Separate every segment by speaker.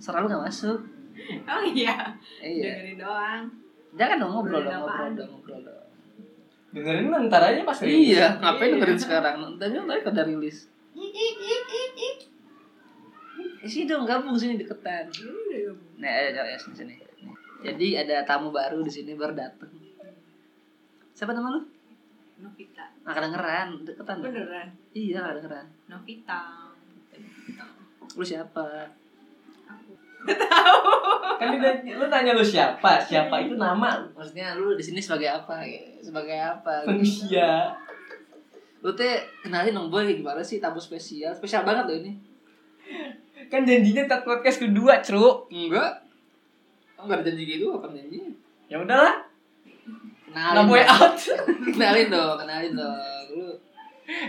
Speaker 1: suara lu gak masuk
Speaker 2: Oh iya,
Speaker 1: iya
Speaker 2: dengerin doang.
Speaker 1: jangan dong ngobrol dong
Speaker 2: Dengerin
Speaker 1: ngobrol
Speaker 2: apaan?
Speaker 1: dong ngobrol dong
Speaker 3: dengerin lu ntar aja pas rilis.
Speaker 1: iya ngapain
Speaker 2: Iya.
Speaker 1: dengerin sekarang tapi nanti kada rilis isi dong gabung sini deketan Nah, ayo, ayo, ayo, sini, sini. Jadi ada tamu baru di sini baru datang. Siapa nama lu?
Speaker 2: Novita,
Speaker 1: Nggak kedengeran, deketan.
Speaker 2: beneran.
Speaker 1: Iya, nggak kedengeran.
Speaker 2: Novita.
Speaker 1: Lu siapa?
Speaker 3: Kan lu, lu tanya lu siapa? Siapa itu nama?
Speaker 1: Maksudnya lu di sini sebagai apa? gitu? Sebagai apa? gitu.
Speaker 3: Manusia.
Speaker 1: Lu teh kenalin dong boy gimana sih tamu spesial? Spesial banget loh ini.
Speaker 3: Kan janjinya tak podcast kedua, Cru.
Speaker 1: Enggak. Oh, enggak ada janji gitu apa janjinya?
Speaker 3: Ya udahlah,
Speaker 1: Kenalin.
Speaker 3: nah boy
Speaker 1: dong.
Speaker 3: out.
Speaker 1: kenalin dong, kenalin dong. Lu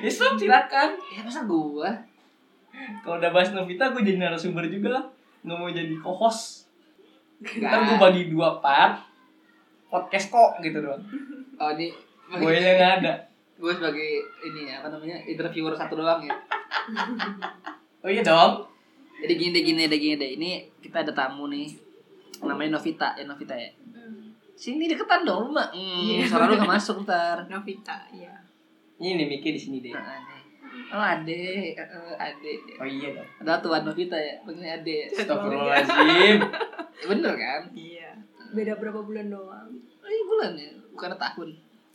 Speaker 3: Yusuf silakan.
Speaker 1: ya masa gua?
Speaker 3: Kalau udah bahas Novita, gue jadi narasumber juga lah. Nggak mau jadi co-host. Ntar gue
Speaker 1: Enggak.
Speaker 3: bagi dua part. Podcast kok gitu doang.
Speaker 1: Oh, ini
Speaker 3: Boynya nggak ada.
Speaker 1: gue sebagai ini ya, apa namanya? interviewer satu doang ya.
Speaker 2: Hmm.
Speaker 3: Oh iya dong.
Speaker 1: Jadi gini deh, gini deh, gini deh. Ini kita ada tamu nih. Namanya Novita, ya Novita ya. Sini deketan dong lu mah. Hmm,
Speaker 2: Iya.
Speaker 1: suara lu gak masuk ntar.
Speaker 2: Novita, iya.
Speaker 3: Ini nih mikir di sini deh.
Speaker 1: Nah, Ade. Oh ade, Eh, ade.
Speaker 3: Oh iya dong.
Speaker 1: Ada tuan Novita ya, pengennya ade. ya.
Speaker 3: Astagfirullahaladzim.
Speaker 1: Ya, Bener kan?
Speaker 2: Iya. Beda berapa bulan doang?
Speaker 1: Oh, iya bulan ya, bukan tahun.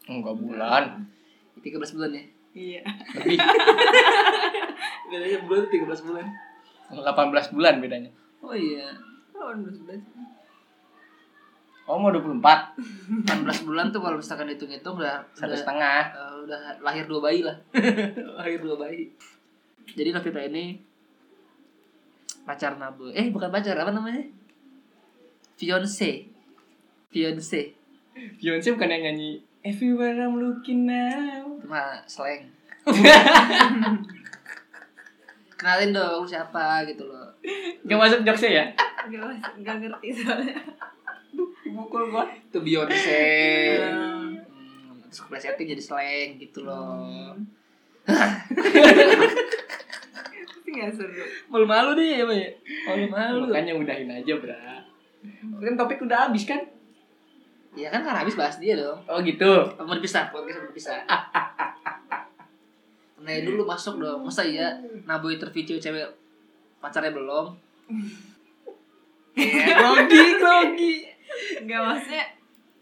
Speaker 3: Enggak bulan.
Speaker 1: 13 bulan ya.
Speaker 2: Iya.
Speaker 3: Lebih.
Speaker 1: Bedanya bulan 13 bulan.
Speaker 3: 18 bulan bedanya.
Speaker 1: Oh iya,
Speaker 2: Oh, 12.
Speaker 3: Oh mau 24.
Speaker 1: 18 bulan tuh kalau misalkan dihitung-hitung udah
Speaker 3: Satu
Speaker 1: udah,
Speaker 3: setengah.
Speaker 1: eh, udah lahir dua bayi lah. lahir dua bayi. Jadi Novita ini pacar Nabe. Eh bukan pacar, apa namanya? Fiance. Fiance.
Speaker 3: Beyonce bukan yang nyanyi Everywhere I'm looking now.
Speaker 1: Cuma slang. Kenalin dong lu siapa gitu loh.
Speaker 3: Gak masuk jokesnya ya?
Speaker 2: Enggak, mas- enggak ngerti soalnya.
Speaker 3: Mukul gua.
Speaker 1: Itu Beyonce.
Speaker 2: Hmm.
Speaker 1: Hmm, Terus keplesetin jadi slang gitu loh.
Speaker 2: Tapi enggak seru.
Speaker 3: Malu-malu deh ya, ya.
Speaker 1: Malu-malu.
Speaker 3: Makanya udahin aja, Bra. Kan topik udah habis kan?
Speaker 1: Iya kan karena habis bahas dia dong.
Speaker 3: Oh gitu.
Speaker 1: Mau dipisah, podcast mau dipisah. Nah dulu masuk dong. Masa iya Naboy tervideo cewek pacarnya belum?
Speaker 3: Eh,
Speaker 1: Ya, grogi, grogi.
Speaker 2: Enggak maksudnya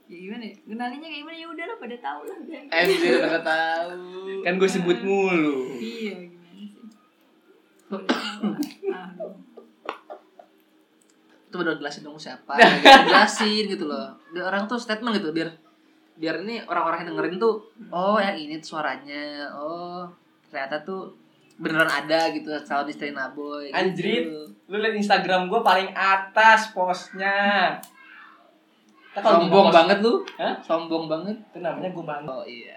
Speaker 2: ya gimana ya? Kenalinya kayak gimana ya udahlah pada tahu lah biar.
Speaker 1: Eh, udah pada tahu.
Speaker 3: Kan gue sebut mulu.
Speaker 2: Iya, gimana sih? Udah tahu lah. Aduh.
Speaker 1: Itu udah jelasin dong siapa. gitu. Jelasin gitu loh. Biar orang tuh statement gitu biar biar ini orang-orang yang dengerin tuh oh yang ini tuh suaranya. Oh, ternyata tuh beneran ada gitu calon istri Naboy. gitu.
Speaker 3: Anjrit. Lu liat Instagram gue paling atas postnya. Ntar kalau gua
Speaker 1: Sombong
Speaker 3: post-
Speaker 1: banget lu.
Speaker 3: Hah?
Speaker 1: Sombong banget.
Speaker 3: Itu namanya gue bangga.
Speaker 1: Oh iya.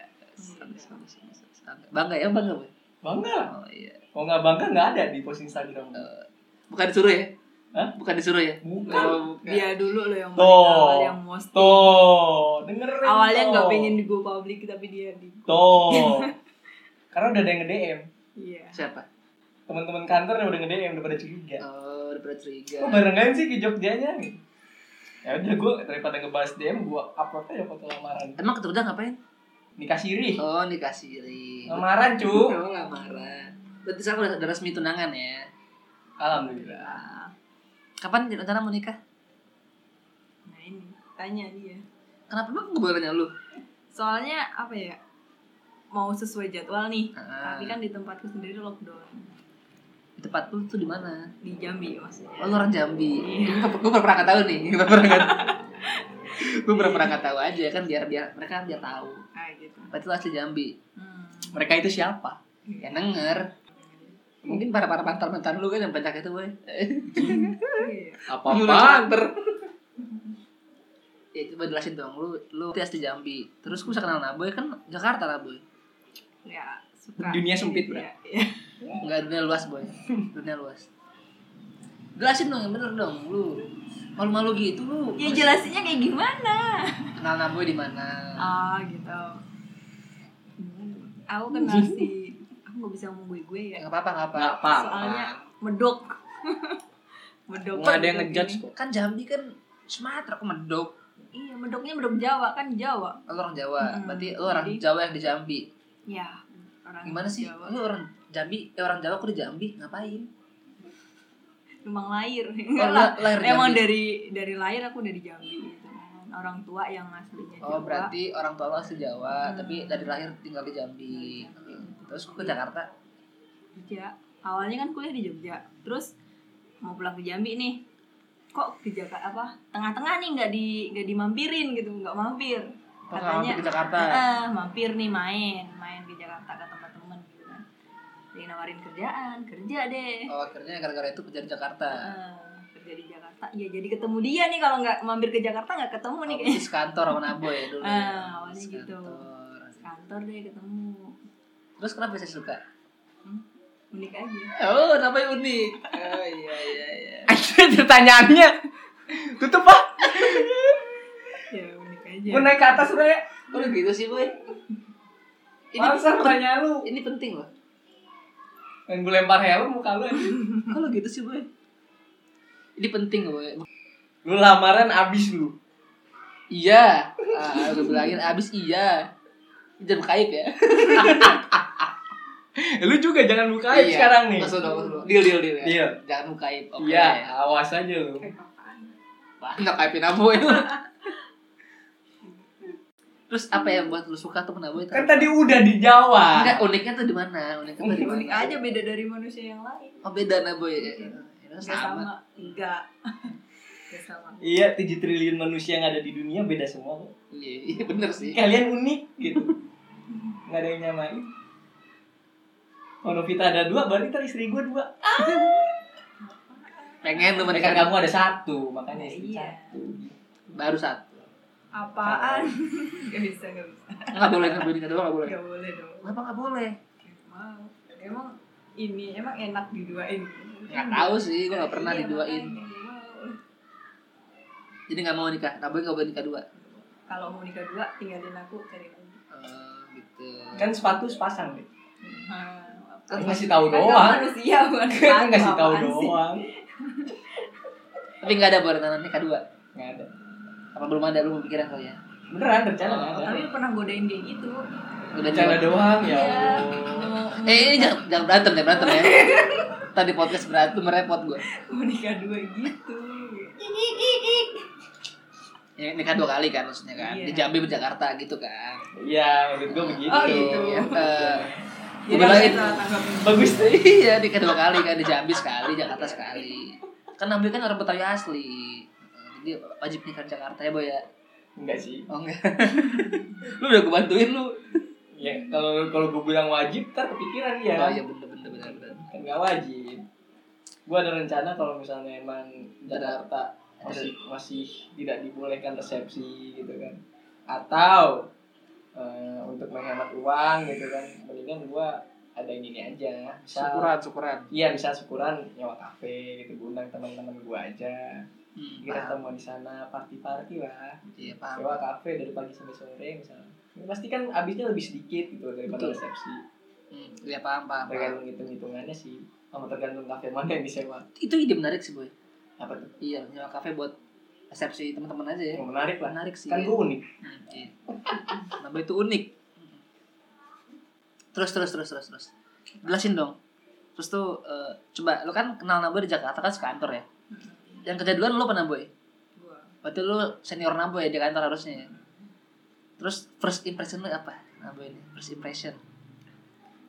Speaker 1: Bagus, bagus, bagus, bagus. Bangga ya bangga Boy?
Speaker 3: Bangga lah.
Speaker 1: Oh iya.
Speaker 3: Kalau nggak bangga nggak ada di post Instagram. gua.
Speaker 1: Eh, bukan disuruh ya?
Speaker 3: Hah?
Speaker 1: Bukan disuruh ya?
Speaker 3: Bukan.
Speaker 1: Oh, bukan.
Speaker 2: Dia dulu loh yang
Speaker 3: Tuh.
Speaker 2: awal yang most.
Speaker 3: Tuh, dengerin.
Speaker 2: Awalnya
Speaker 3: tuh.
Speaker 2: enggak pengen di go public tapi dia di
Speaker 3: Tuh. Karena udah ada yang nge-DM.
Speaker 2: Iya.
Speaker 1: Siapa?
Speaker 3: Teman-teman kantor yang udah nge-DM udah pada curiga.
Speaker 1: Oh, daripada curiga.
Speaker 3: Ya. Kok barengan sih ke Jogjanya? gitu? Ya udah gue daripada ngebahas DM gue upload aja foto lamaran.
Speaker 1: Emang ketunda ngapain?
Speaker 3: Nikah siri.
Speaker 1: Oh, nikah siri.
Speaker 3: Lamaran, cu.
Speaker 1: Oh, lamaran. Berarti sekarang udah, udah resmi tunangan ya?
Speaker 2: Iya.
Speaker 3: Alhamdulillah.
Speaker 1: Kapan rencana mau nikah?
Speaker 2: Nah ini tanya dia.
Speaker 1: Kenapa emang gue boleh nanya lu?
Speaker 2: Soalnya apa ya? Mau sesuai jadwal nih.
Speaker 1: Ah,
Speaker 2: Tapi kan di tempatku sendiri lockdown
Speaker 1: tempat lu tuh di mana?
Speaker 2: di Jambi maksudnya.
Speaker 1: Oh, lu orang Jambi. Gue pernah nggak tahu nih. Gue pernah nggak. Gue pernah pernah nggak tahu aja kan biar biar mereka biar tahu.
Speaker 2: Kayak gitu.
Speaker 1: Berarti lu asli Jambi.
Speaker 2: Hmm.
Speaker 3: Mereka itu siapa?
Speaker 1: Ya
Speaker 2: Iya.
Speaker 1: denger. Mungkin para para pantar mantan lu kan yang banyak itu boy.
Speaker 2: Iya.
Speaker 1: Apa-apaan, ya coba jelasin dong lu lu tes di Jambi terus gue bisa kenal Naboy kan Jakarta Naboy
Speaker 2: Ya, suka.
Speaker 3: Dunia sempit, Bro.
Speaker 2: Iya, iya.
Speaker 1: nggak dunia luas boy dunia luas jelasin dong yang bener dong lu malu-malu gitu lu
Speaker 2: Ya jelasinnya kayak gimana?
Speaker 1: kenal Naboy di mana
Speaker 2: Ah, gitu. Hmm, Aku kenal si aku gak bisa ngomong gue gue ya.
Speaker 1: nggak apa-apa nggak apa
Speaker 3: Nggak apa-apa.
Speaker 2: Soalnya medok. Medok.
Speaker 3: nggak ada yang
Speaker 2: medok
Speaker 3: ngejudge
Speaker 2: ini.
Speaker 3: kok
Speaker 1: kan Jambi kan Sumatera kok medok
Speaker 2: Iya, medoknya medok Jawa kan Jawa.
Speaker 1: lu orang Jawa
Speaker 2: Hmm,
Speaker 1: berarti lu orang
Speaker 2: jadi-
Speaker 1: Jawa yang di Jambi
Speaker 2: Ya, orang
Speaker 1: gimana sih
Speaker 2: Jawa.
Speaker 1: lu orang Jambi eh, orang Jawa kok di Jambi ngapain
Speaker 2: Memang lahir.
Speaker 1: oh,
Speaker 2: Enggak
Speaker 1: lu
Speaker 2: lah.
Speaker 1: lahir di
Speaker 2: Emang
Speaker 1: Jambi
Speaker 2: dari dari lahir aku dari Jambi gitu. Orang tua yang aslinya Jawa.
Speaker 1: oh berarti orang tua lu asli Jawa
Speaker 2: Hmm.
Speaker 1: tapi dari lahir tinggal di Jambi terus ke Jakarta
Speaker 2: Jogja. Awalnya kan kuliah di Jogja. Terus mau pulang ke Jambi nih. Kok ke Jakarta apa? Tengah-tengah nih nggak di nggak dimampirin gitu, nggak mampir.
Speaker 1: Oh, nggak mampir ke Jakarta.
Speaker 2: "Ah, mampir nih main, main ke Jakarta ke tempat temen gitu kan. Dia nawarin kerjaan, kerja deh.
Speaker 1: oh akhirnya gara-gara itu kerja di Jakarta
Speaker 2: "Ah, kerja di Jakarta. Ya jadi ketemu dia nih kalau nggak mampir ke Jakarta nggak ketemu
Speaker 1: oh,
Speaker 2: nih
Speaker 1: berarti
Speaker 2: kayaknya.
Speaker 1: sekantor sama Nabo ya dulu ya?
Speaker 2: Ah, awalnya gitu.
Speaker 1: Sekantor.
Speaker 2: Kantor deh ketemu. Hmm,
Speaker 1: terus kenapa bisa suka
Speaker 2: Unik aja.
Speaker 1: oh namanya unik oh iya iya iya
Speaker 3: pertanyaannya tutup ah
Speaker 2: Ya unik aja.
Speaker 3: gue naik ke atas udah ya
Speaker 1: kok lu gitu sih boy ini
Speaker 3: masa
Speaker 1: pen-
Speaker 3: pertanyaan lu
Speaker 1: ini penting loh
Speaker 3: pengen gue lempar helm muka lu anjing.
Speaker 1: Kalau gitu sih, Boy? Ini penting, Boy.
Speaker 3: lu lamaran abis lu
Speaker 1: Iya. Ah, udah bilangin abis iya. Jangan kaib ya.
Speaker 3: Eh, lu juga jangan buka
Speaker 1: Iya.
Speaker 3: aib sekarang nih
Speaker 1: Masuk dong, masuk dong. Deal, deal, deal. Ya.
Speaker 3: Deal.
Speaker 1: Jangan buka aib. Oke.
Speaker 3: iya awas aja lu
Speaker 2: Kayak apaan?
Speaker 1: Wah, nggak kaibin Aboy. Terus apa yang buat lu suka tuh Aboy?
Speaker 3: kan tadi udah di Jawa
Speaker 1: Enggak, uniknya tuh di mana? Uniknya tuh di
Speaker 2: Unik
Speaker 1: mana?
Speaker 2: aja beda dari manusia yang lain.
Speaker 1: Oh, beda Naboy. Ya,
Speaker 2: Gak
Speaker 1: sama.
Speaker 2: sama. Enggak. Gak sama.
Speaker 3: Iya, 7 triliun manusia yang ada di dunia beda semua. kok.
Speaker 1: Iya, iya, bener sih.
Speaker 3: Kalian unik gitu. Nggak ada yang nyamain. Kalau Novita ada dua, berarti ntar istri gue dua.
Speaker 1: Pengen lu menikah
Speaker 3: Mereka kamu ada satu, makanya istri
Speaker 2: Iya.
Speaker 3: satu.
Speaker 1: baru satu.
Speaker 2: Apaan? gak bisa, gak bisa.
Speaker 1: Enggak boleh Naboy nikah doang, enggak boleh.
Speaker 2: Gak boleh dong.
Speaker 1: Kenapa enggak boleh?
Speaker 2: Gak mau. Emang ini emang enak diduain.
Speaker 1: Enggak tahu sih, gua enggak
Speaker 2: Iya,
Speaker 1: pernah diduain. Jadi nggak mau nikah, Naboy nggak boleh nikah dua.
Speaker 2: Kalau mau nikah dua, tinggalin aku cari lagi.
Speaker 1: Eh, gitu.
Speaker 3: Kan sepatu sepasang deh.
Speaker 2: Kan
Speaker 3: Kan ngasih tahu
Speaker 2: kamu
Speaker 3: doang.
Speaker 2: manusia bukan
Speaker 3: Kan ngasih tahu
Speaker 2: apaan sih?
Speaker 3: doang.
Speaker 1: Tapi nggak ada berencana nikah dua.
Speaker 3: Nggak ada.
Speaker 1: Apa belum ada lu pikiran kali ya?
Speaker 3: Beneran rencana nggak ada.
Speaker 2: Tapi pernah godain dia gitu.
Speaker 1: Udah
Speaker 3: Rencana
Speaker 1: jawab.
Speaker 3: doang ya.
Speaker 2: Iya.
Speaker 3: Allah.
Speaker 2: Mau-
Speaker 1: Eh, eh, jangan, jangan berantem ya, berantem ya. Tadi podcast berantem merepot gue.
Speaker 2: mau nikah dua gitu.
Speaker 1: Ya, nikah dua kali kan maksudnya kan. Di
Speaker 2: Iya.
Speaker 1: Jambi di Jakarta gitu kan.
Speaker 3: Iya, maksud gue begitu.
Speaker 2: Oh, gitu.
Speaker 1: Ya, eh,
Speaker 2: Jadi
Speaker 1: Godain.
Speaker 2: harus salah tanggapin.
Speaker 3: iya. Bagus deh.
Speaker 1: iya, nikah dua kali kan di Jambi sekali, Jakarta sekali. Kan Nabi kan orang Betawi asli. Jadi wajib nikah di Jakarta ya, Boy ya.
Speaker 3: Enggak sih.
Speaker 1: Oh enggak. lu udah gue bantuin lu.
Speaker 3: Ya, kalau kalau gue bilang wajib, ntar kepikiran ya.
Speaker 1: Oh iya bener bener bener bener.
Speaker 3: kan nggak wajib gue ada rencana kalau misalnya emang Jakarta masih masih tidak dibolehkan resepsi gitu kan atau eh, untuk menghemat uang gitu kan mendingan gue ada yang gini aja misal
Speaker 1: syukuran.
Speaker 3: iya bisa syukuran nyawa kafe gitu gua undang teman-teman gue aja
Speaker 1: Hmm,
Speaker 3: kita
Speaker 1: paham.
Speaker 3: ketemu di sana party-party lah
Speaker 1: Iya, paham.
Speaker 3: sewa kafe dari pagi sampai sore misalnya Ya, pasti kan habisnya lebih sedikit gitu daripada
Speaker 1: Betul.
Speaker 3: resepsi
Speaker 1: Hmm, ya paham, paham, paham.
Speaker 3: tergantung hitung hitungannya sih sama tergantung kafe mana yang disewa
Speaker 1: Itu ide menarik sih, Boy.
Speaker 3: apa tuh
Speaker 1: Iya, nyewa kafe buat resepsi teman-teman aja ya.
Speaker 3: yang menarik lah
Speaker 1: Menarik sih.
Speaker 3: kan gue unik
Speaker 1: Hmm, iya. Nambah itu unik. Terus, terus, terus, terus, terus. Jelasin dong. Terus tuh, eh, coba, lu kan kenal Naboy di Jakarta kan sekantor ya? Yang kerja duluan lu apa Naboy?
Speaker 2: Gua.
Speaker 1: Berarti lu senior Naboy ya di kantor harusnya ya? Terus, first impression lu apa? Naboy ini, first impression.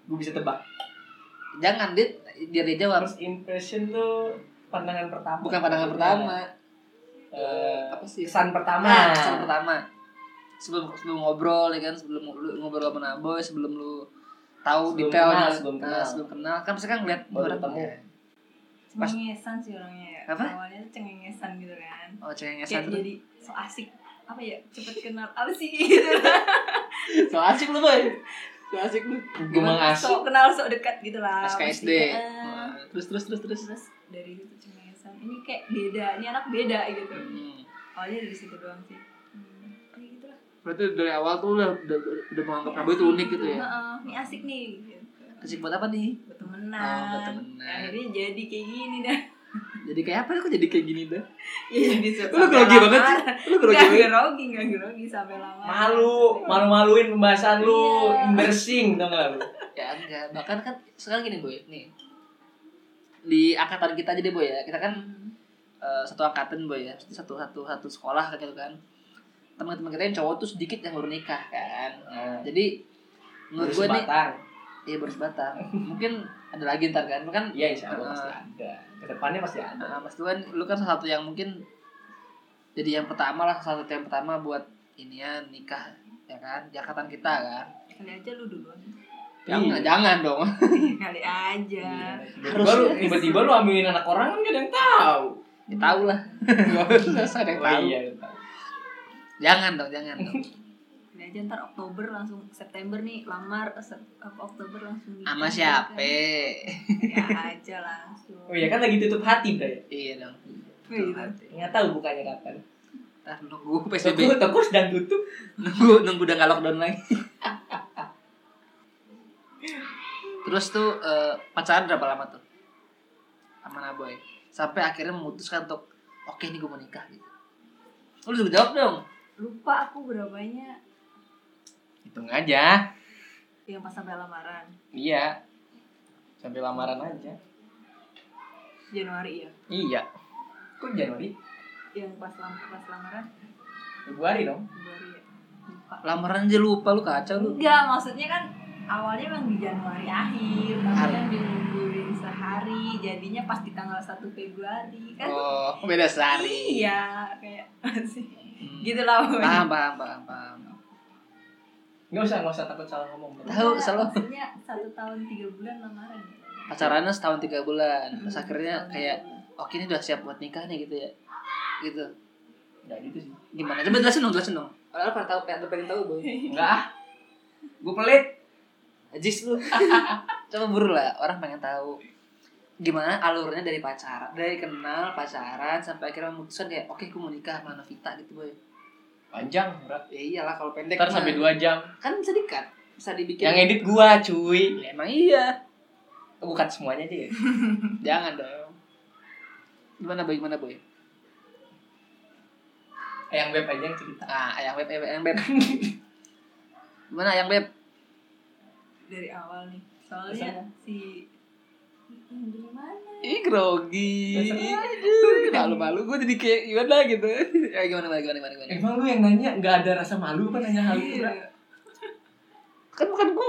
Speaker 3: gue bisa tebak
Speaker 1: Jangan, Dit. Biar dia jawab.
Speaker 3: first impression tuh pandangan pertama
Speaker 1: Bukan pandangan pertama.
Speaker 3: Eh,
Speaker 1: Iya. Apa sih?
Speaker 3: kesan pertama
Speaker 1: Nah, kesan pertama. Sebelum sebelum ngobrol ya kan, sebelum lu ngobrol sama Naboy, sebelum lu tahu
Speaker 3: Sebelum
Speaker 1: detailnya,
Speaker 3: kenal, sebelum
Speaker 1: nah,
Speaker 3: kenal.
Speaker 1: sebelum kenal kan pasti kan ngeliat
Speaker 3: Baru
Speaker 1: orang
Speaker 3: ketemu.
Speaker 1: ya. Pas-
Speaker 2: Cengengesan sih orangnya ya.
Speaker 1: Apa?
Speaker 2: Awalnya tuh cengengesan gitu kan.
Speaker 1: Oh, cengengesan
Speaker 2: Kayak
Speaker 1: tuh.
Speaker 2: jadi so asik apa ya cepet kenal apa sih gitu lah
Speaker 1: So asik lu, Boy. So asik lu.
Speaker 3: gue mengasih
Speaker 2: so kenal so dekat gitu lah
Speaker 1: SKSD.
Speaker 2: Maksudnya, eh,
Speaker 1: Wah, Terus terus terus terus.
Speaker 2: terus dari situ cengengesan ini kayak beda ini anak beda gitu
Speaker 1: Hmm.
Speaker 2: awalnya dari situ doang sih hmm, kayak gitu lah
Speaker 1: Berarti dari awal tuh udah udah, udah menganggap Naboy itu unik gitu ya.
Speaker 2: Heeh, ini asik nih gitu.
Speaker 1: Asik buat apa nih?
Speaker 2: bertemenan
Speaker 1: Oh, bertemenan.
Speaker 2: akhirnya jadi kayak gini dah
Speaker 1: Jadi jadi kayak apa kok jadi kayak gini tuh
Speaker 2: Iya gitu.
Speaker 1: lu grogi banget sih lu grogi
Speaker 2: Gak
Speaker 1: banget
Speaker 2: grogi, gak grogi sampai lama.
Speaker 3: malu malu-maluin pembahasan lu
Speaker 2: Iya.
Speaker 3: embarrassing tau gak lu
Speaker 1: ya enggak bahkan kan sekarang gini boy nih di angkatan kita aja deh boy ya kita kan
Speaker 2: Hmm.
Speaker 1: eh, satu angkatan boy ya Maksudnya satu satu satu sekolah gitu kan teman-teman kita yang cowok tuh sedikit yang baru nikah kan
Speaker 3: Nah,
Speaker 1: jadi menurut
Speaker 3: terus
Speaker 1: gue nih
Speaker 3: batang
Speaker 1: iya baru sebatang mungkin ada lagi ntar kan kan
Speaker 3: iya insya
Speaker 1: Ah.
Speaker 3: Allah pasti ada kedepannya pasti ada
Speaker 1: Nah, Mas Tuan, lu kan salah satu yang mungkin jadi yang pertama lah, salah satu yang pertama buat inian nikah ya kan, jakatan kita kan.
Speaker 2: Kali aja lu duluan.
Speaker 1: Jangan,
Speaker 3: Iya.
Speaker 1: jangan dong.
Speaker 2: Kali
Speaker 1: Iya.
Speaker 2: aja.
Speaker 3: Tiba-tiba lu, tiba-tiba lu ambilin anak orang kan gak ada yang tahu.
Speaker 1: Ya tahu lah. Gak usah ada yang
Speaker 3: Oh
Speaker 1: tahu.
Speaker 3: iya.
Speaker 1: Jangan dong, jangan dong.
Speaker 2: Kali aja ntar Oktober langsung September nih lamar eh, Sep- eh, Oktober langsung. nikah,
Speaker 1: Sama
Speaker 2: gitu
Speaker 1: siapa?
Speaker 2: kan. Ya aja langsung.
Speaker 3: Oh iya kan lagi tutup hati bray.
Speaker 1: iya dong.
Speaker 2: Wih, gitu.
Speaker 3: Nggak tahu bukanya kapan.
Speaker 1: Ntar nunggu
Speaker 3: Toko,
Speaker 1: PSBB,
Speaker 3: toko sedang tutup.
Speaker 1: nunggu nunggu udah nggak lockdown lagi. Terus tuh eh, pacaran berapa lama tuh? Sama Naboy. Sampai akhirnya memutuskan untuk oke nih gue mau nikah gitu. Lu juga jawab dong.
Speaker 2: Lupa aku berapanya
Speaker 3: Hitung aja.
Speaker 2: yang pas sampai lamaran.
Speaker 3: Iya. Sampai lamaran aja.
Speaker 2: Januari ya.
Speaker 3: Iya. Kok Januari?
Speaker 2: Yang pas lam pas lamaran
Speaker 3: Februari dong.
Speaker 2: Februari ya. Lupa.
Speaker 1: lamaran aja lupa lu kacau lu
Speaker 2: Enggak, maksudnya kan awalnya memang di Januari akhir, tapi
Speaker 1: Hari.
Speaker 2: kan dilundurin sehari, jadinya pas di tanggal 1 Februari kan.
Speaker 1: oh beda sehari
Speaker 2: Iya, kayak masih
Speaker 1: Hmm.
Speaker 2: gitu lah. pokoknya.
Speaker 1: paham paham paham paham
Speaker 3: Nggak usah, nggak usah takut salah ngomong. bro.
Speaker 1: tahu
Speaker 2: Enggak,
Speaker 1: selalu
Speaker 2: Maksudnya satu tahun tiga bulan lamaran.
Speaker 1: pacarannya setahun tiga bulan terus akhirnya
Speaker 2: Hmm, setahun tiga
Speaker 1: kayak
Speaker 2: bulan.
Speaker 1: oke ini udah siap buat nikah nih gitu ya gitu
Speaker 3: Nggak gitu sih.
Speaker 1: gimana coba jelasin dong jelasin dong orang pernah tahu pengen pengen tahu boy
Speaker 3: Nggak ah. Gue pelit.
Speaker 1: ajis lu coba buru lah orang pengen tahu gimana alurnya dari pacaran dari kenal pacaran sampai akhirnya memutuskan kayak oke gue mau nikah sama Novita gitu boy
Speaker 3: Panjang, bro.
Speaker 1: ya iyalah kalau pendek
Speaker 3: Ntar
Speaker 1: mah.
Speaker 3: sampai 2 jam.
Speaker 1: kan bisa dikat bisa dibikin
Speaker 3: Yang edit gua, cuy.
Speaker 1: Ya, emang iya
Speaker 3: Bukan semuanya aja ya.
Speaker 1: Jangan dong. Gimana boy, gimana boy?
Speaker 3: Eh, Yang web aja yang cerita.
Speaker 1: Ah, ayang beb, ayang beb. gimana ayang beb?
Speaker 2: Dari awal nih. Soalnya
Speaker 3: Pesannya?
Speaker 2: si Hmm, gimana?
Speaker 1: Ih grogi.
Speaker 3: Dasar.
Speaker 1: Aduh, malu-malu gue jadi kayak gimana gitu. Ya, gimana, gimana, gimana, gimana, gimana.
Speaker 3: Emang lu yang nanya nggak ada rasa malu apa nanya hal itu?
Speaker 2: Iya.
Speaker 3: Bra?
Speaker 1: Kan bukan gue,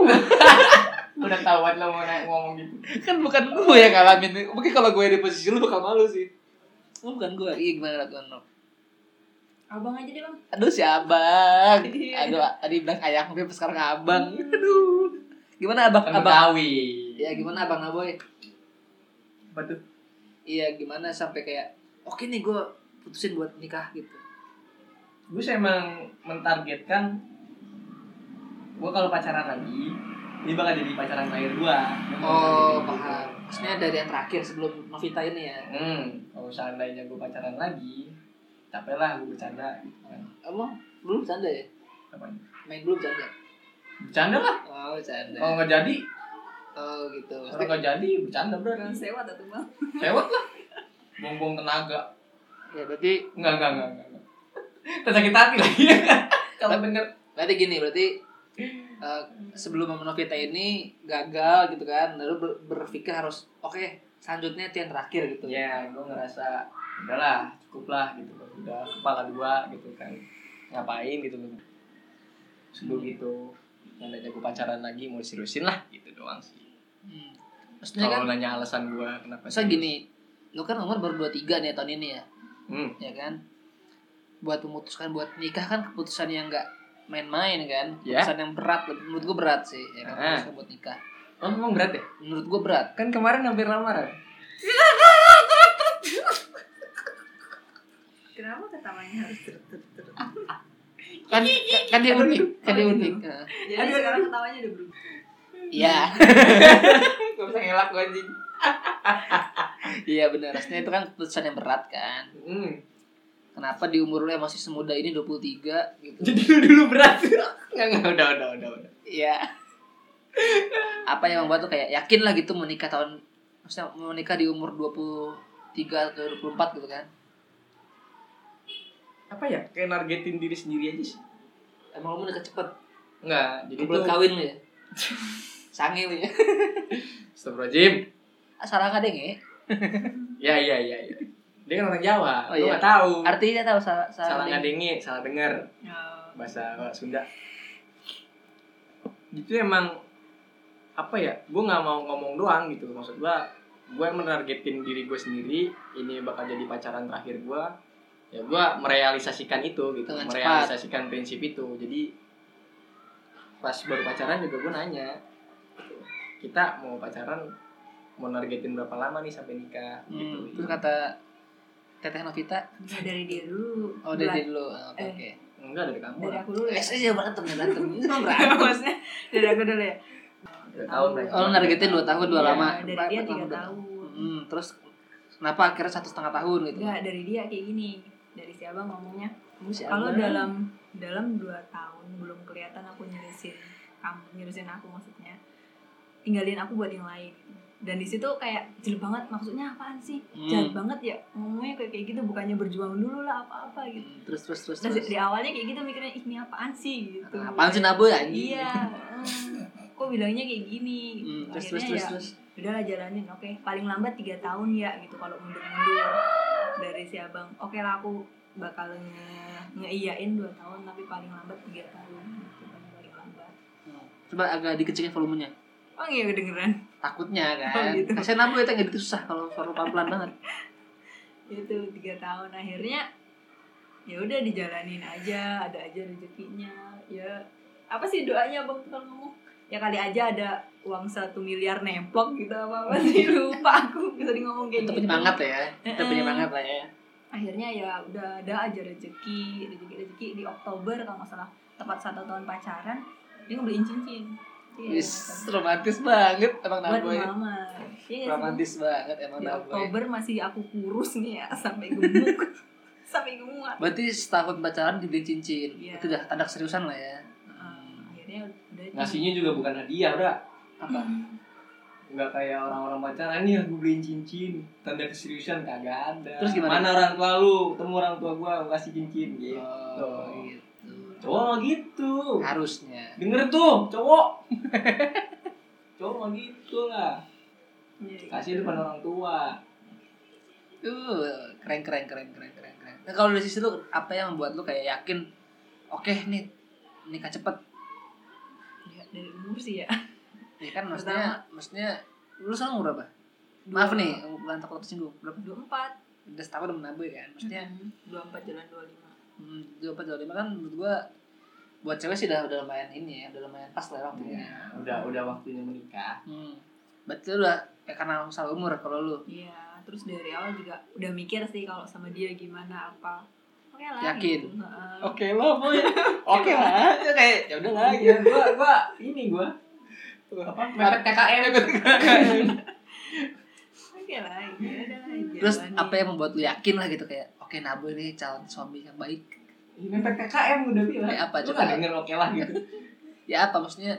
Speaker 3: Udah tahuan lo mau nanya- ngomong gitu.
Speaker 1: kan bukan gue yang ngalamin. Mungkin kalau gue di posisi lu bakal malu sih. Oh, bukan gue. Iya, gimana gimana.
Speaker 2: Abang aja deh, Bang.
Speaker 1: Aduh, si abang.
Speaker 2: Iya.
Speaker 1: Aduh, tadi bilang ayang beb, sekarang abang. Aduh. Gimana abang,
Speaker 3: Kan
Speaker 1: abang?
Speaker 3: Betawi.
Speaker 1: Ya, gimana abang, aboy?
Speaker 3: Apa tuh?
Speaker 1: iya gimana sampai kayak oke nih gue putusin buat nikah gitu
Speaker 3: Gue sih emang mentargetkan gue kalau pacaran lagi ini bakal jadi pacaran terakhir gue.
Speaker 1: Oh,
Speaker 3: Oh,
Speaker 1: Iya. maksudnya dari yang terakhir sebelum Novita ini ya
Speaker 3: Hmm, kalau seandainya gue pacaran lagi, capek lah gue bercanda. gitu kan.
Speaker 1: emang belum bercanda ya
Speaker 3: Apaan?
Speaker 1: main belum bercanda
Speaker 3: Bercanda lah.
Speaker 1: oh bercanda
Speaker 3: Kalau nggak jadi,
Speaker 1: oh gitu
Speaker 3: kalau nggak jadi bercanda bro.
Speaker 2: Belum sewa tuh, Bang.
Speaker 3: Sewot lah. Buang-buang tenaga.
Speaker 1: ya berarti
Speaker 3: Enggak, enggak, enggak, enggak. enggak. Terus sakit hati lagi. Kalau bener
Speaker 1: berarti gini berarti eh, sebelum sama Novita ini gagal gitu kan lalu ber- berpikir harus oke selanjutnya itu yang terakhir gitu
Speaker 3: ya gue ngerasa udahlah cukup lah gitu udah kepala dua gitu kan ngapain gitu loh sebelum itu nanya gue pacaran lagi mau seriusin lah gitu doang sih
Speaker 1: Hmm. maksudnya kan
Speaker 3: kalau nanya alasan gue kenapa
Speaker 1: maksudnya
Speaker 3: serius.
Speaker 1: gini lu kan umur baru 23 nih tahun ini ya
Speaker 3: hmm.
Speaker 1: ya kan buat memutuskan buat nikah kan keputusan yang nggak main-main kan
Speaker 3: Ya.
Speaker 1: keputusan yang berat menurut gue berat sih ya kan
Speaker 3: Ah.
Speaker 1: keputusan buat nikah
Speaker 3: oh emang berat ya
Speaker 1: menurut gue berat
Speaker 3: kan kemarin hampir lamaran
Speaker 2: Kenapa ketawanya harus ter-ter-ter?
Speaker 1: kan kan- kan dia unik kan dia
Speaker 2: Aduh.
Speaker 1: unik Nah,
Speaker 2: Jadi sekarang ketawanya udah berubah.
Speaker 1: iya
Speaker 3: gak bisa ngelak gue anjing
Speaker 1: iya benar maksudnya itu kan keputusan yang berat kan
Speaker 3: hmm.
Speaker 1: kenapa di umur lu yang masih semuda ini 23 gitu
Speaker 3: jadi lu dulu berat nggak nggak udah udah udah udah
Speaker 1: Iya. apa yang membuat tuh kayak yakin lah gitu mau nikah tahun maksudnya mau nikah di umur 20 tiga atau dua puluh empat gitu kan
Speaker 3: apa ya kayak nargetin diri sendiri aja sih
Speaker 1: emang lu deket cepet
Speaker 3: enggak jadi
Speaker 1: belum
Speaker 3: tuh
Speaker 1: kawin lu ya sange lu ya
Speaker 3: Astagfirullahaladzim
Speaker 1: salah kadeng ya
Speaker 3: ya ya ya ya dia kan orang Jawa
Speaker 1: Oh,
Speaker 3: lu
Speaker 1: iya.
Speaker 3: nggak tahu
Speaker 1: artinya tahu salah
Speaker 3: salah
Speaker 1: salah, kadeng.
Speaker 3: ngadengi salah dengar
Speaker 2: Ya,
Speaker 3: bahasa Sunda itu emang apa ya gue nggak mau ngomong doang gitu maksud gue gue menargetin diri gue sendiri ini bakal jadi pacaran terakhir gue ya gue merealisasikan itu gitu
Speaker 1: Dengan cepat.
Speaker 3: merealisasikan prinsip itu jadi pas baru pacaran juga gue nanya gitu, kita mau pacaran mau nargetin berapa lama nih sampai nikah gitu
Speaker 1: Hmm, terus kata Teteh Novita,
Speaker 2: Bisa dari dia dulu.
Speaker 1: oh dari
Speaker 2: Bulan-
Speaker 1: dia dulu, Oh, oke.
Speaker 2: Eh.
Speaker 1: oke.
Speaker 3: enggak dari kamu
Speaker 2: Dari
Speaker 3: lah
Speaker 2: aku dulu ya.
Speaker 1: Eh, saya berantem ya berantem, itu mah berantem.
Speaker 2: Maksudnya dari aku dulu ya.
Speaker 3: Dua tahun lah.
Speaker 1: Oh, lu nargetin dua tahun dua
Speaker 3: Iya,
Speaker 1: lama.
Speaker 2: Dari dia
Speaker 1: Berapa
Speaker 2: tiga
Speaker 1: lama?
Speaker 2: tahun.
Speaker 1: Hmm, terus kenapa akhirnya satu setengah tahun gitu?
Speaker 2: Enggak, dari dia kayak gini. Dari si Abang ngomongnya.
Speaker 1: Kamu si
Speaker 2: Kalau
Speaker 1: Abang.
Speaker 2: dalam dalam dua tahun belum kelihatan aku nyerisin kamu, nyerisin aku maksudnya. Tinggalin aku buat yang lain. Dan di situ kayak jelek banget maksudnya apaan sih?
Speaker 1: Hmm.
Speaker 2: Jahat banget ya ngomongnya kayak kayak gitu bukannya berjuang dulu lah apa-apa gitu.
Speaker 1: Hmm, terus terus terus.
Speaker 2: Terus
Speaker 1: terus.
Speaker 2: di awalnya kayak gitu mikirnya "Ih, ini apaan sih gitu.
Speaker 1: Apaan sih nabu ya? anjing?
Speaker 2: Iya. hmm. Kok bilangnya kayak gini?
Speaker 1: Hmm, terus terus
Speaker 2: Akhirnya
Speaker 1: terus
Speaker 2: ya
Speaker 1: terus.
Speaker 2: udahlah jalanin oke paling lambat tiga tahun ya gitu kalau mundur-mundur dari si abang oke lah aku bakal nge ngeiyain dua tahun tapi paling lambat tiga tahun gitu kan paling lambat
Speaker 1: Hmm. Coba agak dikecilin volumenya.
Speaker 2: oh iya kedengeran
Speaker 1: Takutnya
Speaker 2: Oh,
Speaker 1: kan.
Speaker 2: gitu.
Speaker 1: Kasihan nabu itu nggak gitu susah kalau suara pelan-pelan banget.
Speaker 2: itu tiga tahun akhirnya ya udah dijalanin aja ada aja rezekinya ya apa sih doanya abang tuh kalau ngomong ya kali aja ada uang satu miliar nemplok gitu apa apa sih lupa aku sering ngomong kayak
Speaker 1: Itu
Speaker 2: gitu
Speaker 1: penyemangat lah ya. Itu
Speaker 2: Mm-mm.
Speaker 1: penyemangat lah
Speaker 2: Iya.
Speaker 1: ya.
Speaker 2: akhirnya ya udah ada aja rezeki rezeki rezeki di Oktober kalau nggak salah tepat satu tahun pacaran dia ngebeliin cincin Iya.
Speaker 1: Wis romantis banget emang
Speaker 2: buat
Speaker 1: nabu ya.
Speaker 2: mama Iya nggak sih?
Speaker 1: Romantis banget emang
Speaker 2: di
Speaker 1: nabu. ya.
Speaker 2: Oktober masih aku kurus nih ya sampai gemuk sampai gemuk
Speaker 1: Berarti setahun pacaran dibeliin cincin.
Speaker 2: Iya.
Speaker 1: Itu udah tanda keseriusan lah ya.
Speaker 2: Nah, akhirnya udah
Speaker 3: ngasihnya juga bukan hadiah udah
Speaker 1: Apa?
Speaker 2: Hmm.
Speaker 3: nggak kayak orang-orang pacaran nih aku beliin cincin tanda keseriusan kagak ada
Speaker 1: Terus gimana?
Speaker 3: mana orang tua lu ketemu orang tua gua aku kasih cincin gitu
Speaker 1: Oh, gitu.
Speaker 3: cowok mah gitu
Speaker 1: Harusnya.
Speaker 3: denger tuh cowok cowok mah gitu lah
Speaker 2: Jadi-
Speaker 3: kasih depan orang tua
Speaker 1: Uh, keren keren keren keren keren keren. Nah, kalau dari sisi lu apa yang membuat lu kayak yakin oke nih nikah cepet
Speaker 2: ya, dari umur sih ya
Speaker 1: ya kan maksudnya maksudnya lu sekarang umur berapa? Maaf nih, bukan takut tersinggung. Berapa?
Speaker 2: dua empat Hmm.
Speaker 1: Udah setahun udah menabur kan. Maksudnya
Speaker 2: dua empat jalan dua lima
Speaker 1: hmm, dua empat dua lima kan menurut gua buat cewek sih udah udah lumayan ini ya, udah lumayan pas lah
Speaker 3: Iya.
Speaker 1: waktunya.
Speaker 3: Ya, udah udah waktunya menikah
Speaker 1: Hmm. Berarti lu udah ya karena masalah umur kalau lu
Speaker 2: Iya, terus dari awal juga udah mikir sih kalau sama dia gimana apa. Oke lah.
Speaker 1: Yakin?
Speaker 2: gitu. Heeh.
Speaker 3: oke lah boy
Speaker 1: Oke lah, ya kayak
Speaker 3: ya udah lah ya gua gua ini gua apa mepet KKN
Speaker 2: Oke lah. ya udah lah,
Speaker 1: terus
Speaker 2: jalanin.
Speaker 1: apa ya? yang membuat lu yakin lah gitu kayak oke nabu ini calon suami yang baik
Speaker 3: mepet KKN udah bilang
Speaker 1: Kayak Eh, apa,
Speaker 3: Lu
Speaker 1: coba?
Speaker 3: nggak denger oke lah gitu
Speaker 1: ya apa maksudnya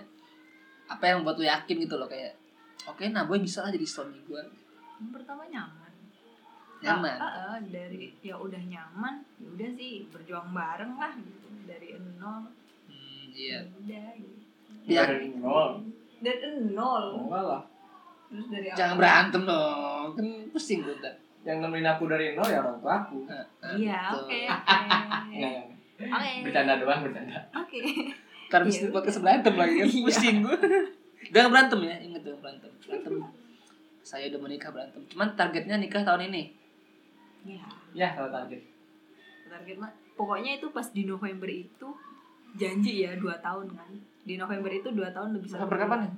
Speaker 1: apa yang membuat lu yakin gitu loh kayak oke nah boy bisa lah jadi suami gue
Speaker 2: Yang pertama nyaman.
Speaker 1: Ya, nyaman
Speaker 2: Ah, ah, ah, dari ya udah nyaman, ya udah sih berjuang bareng lah gitu dari nol.
Speaker 1: hmm, iya
Speaker 2: ya Udah. Gitu.
Speaker 1: Ya.
Speaker 3: Dari nol Oh,
Speaker 2: Dari nol.
Speaker 3: enggak lah
Speaker 2: Terus dari awal.
Speaker 1: jangan berantem dong kan pusing gue ntar
Speaker 3: yang nemenin aku dari nol ya orang tua aku
Speaker 2: Iya,
Speaker 1: Gitu.
Speaker 2: oke.
Speaker 3: Nggak,
Speaker 2: oke.
Speaker 3: nggak, nggak.
Speaker 2: Oke.
Speaker 3: bercanda doang bercanda
Speaker 2: Oke.
Speaker 1: ntar habis itu buat berantem lagi kan pusing gue jangan berantem ya inget jangan berantem berantem saya udah menikah berantem cuman targetnya nikah tahun ini
Speaker 2: Ya.
Speaker 3: ya kalau target
Speaker 2: target mah pokoknya itu pas di November itu janji ya dua tahun kan di November itu dua tahun lebih satu
Speaker 1: November kapan
Speaker 2: bulan.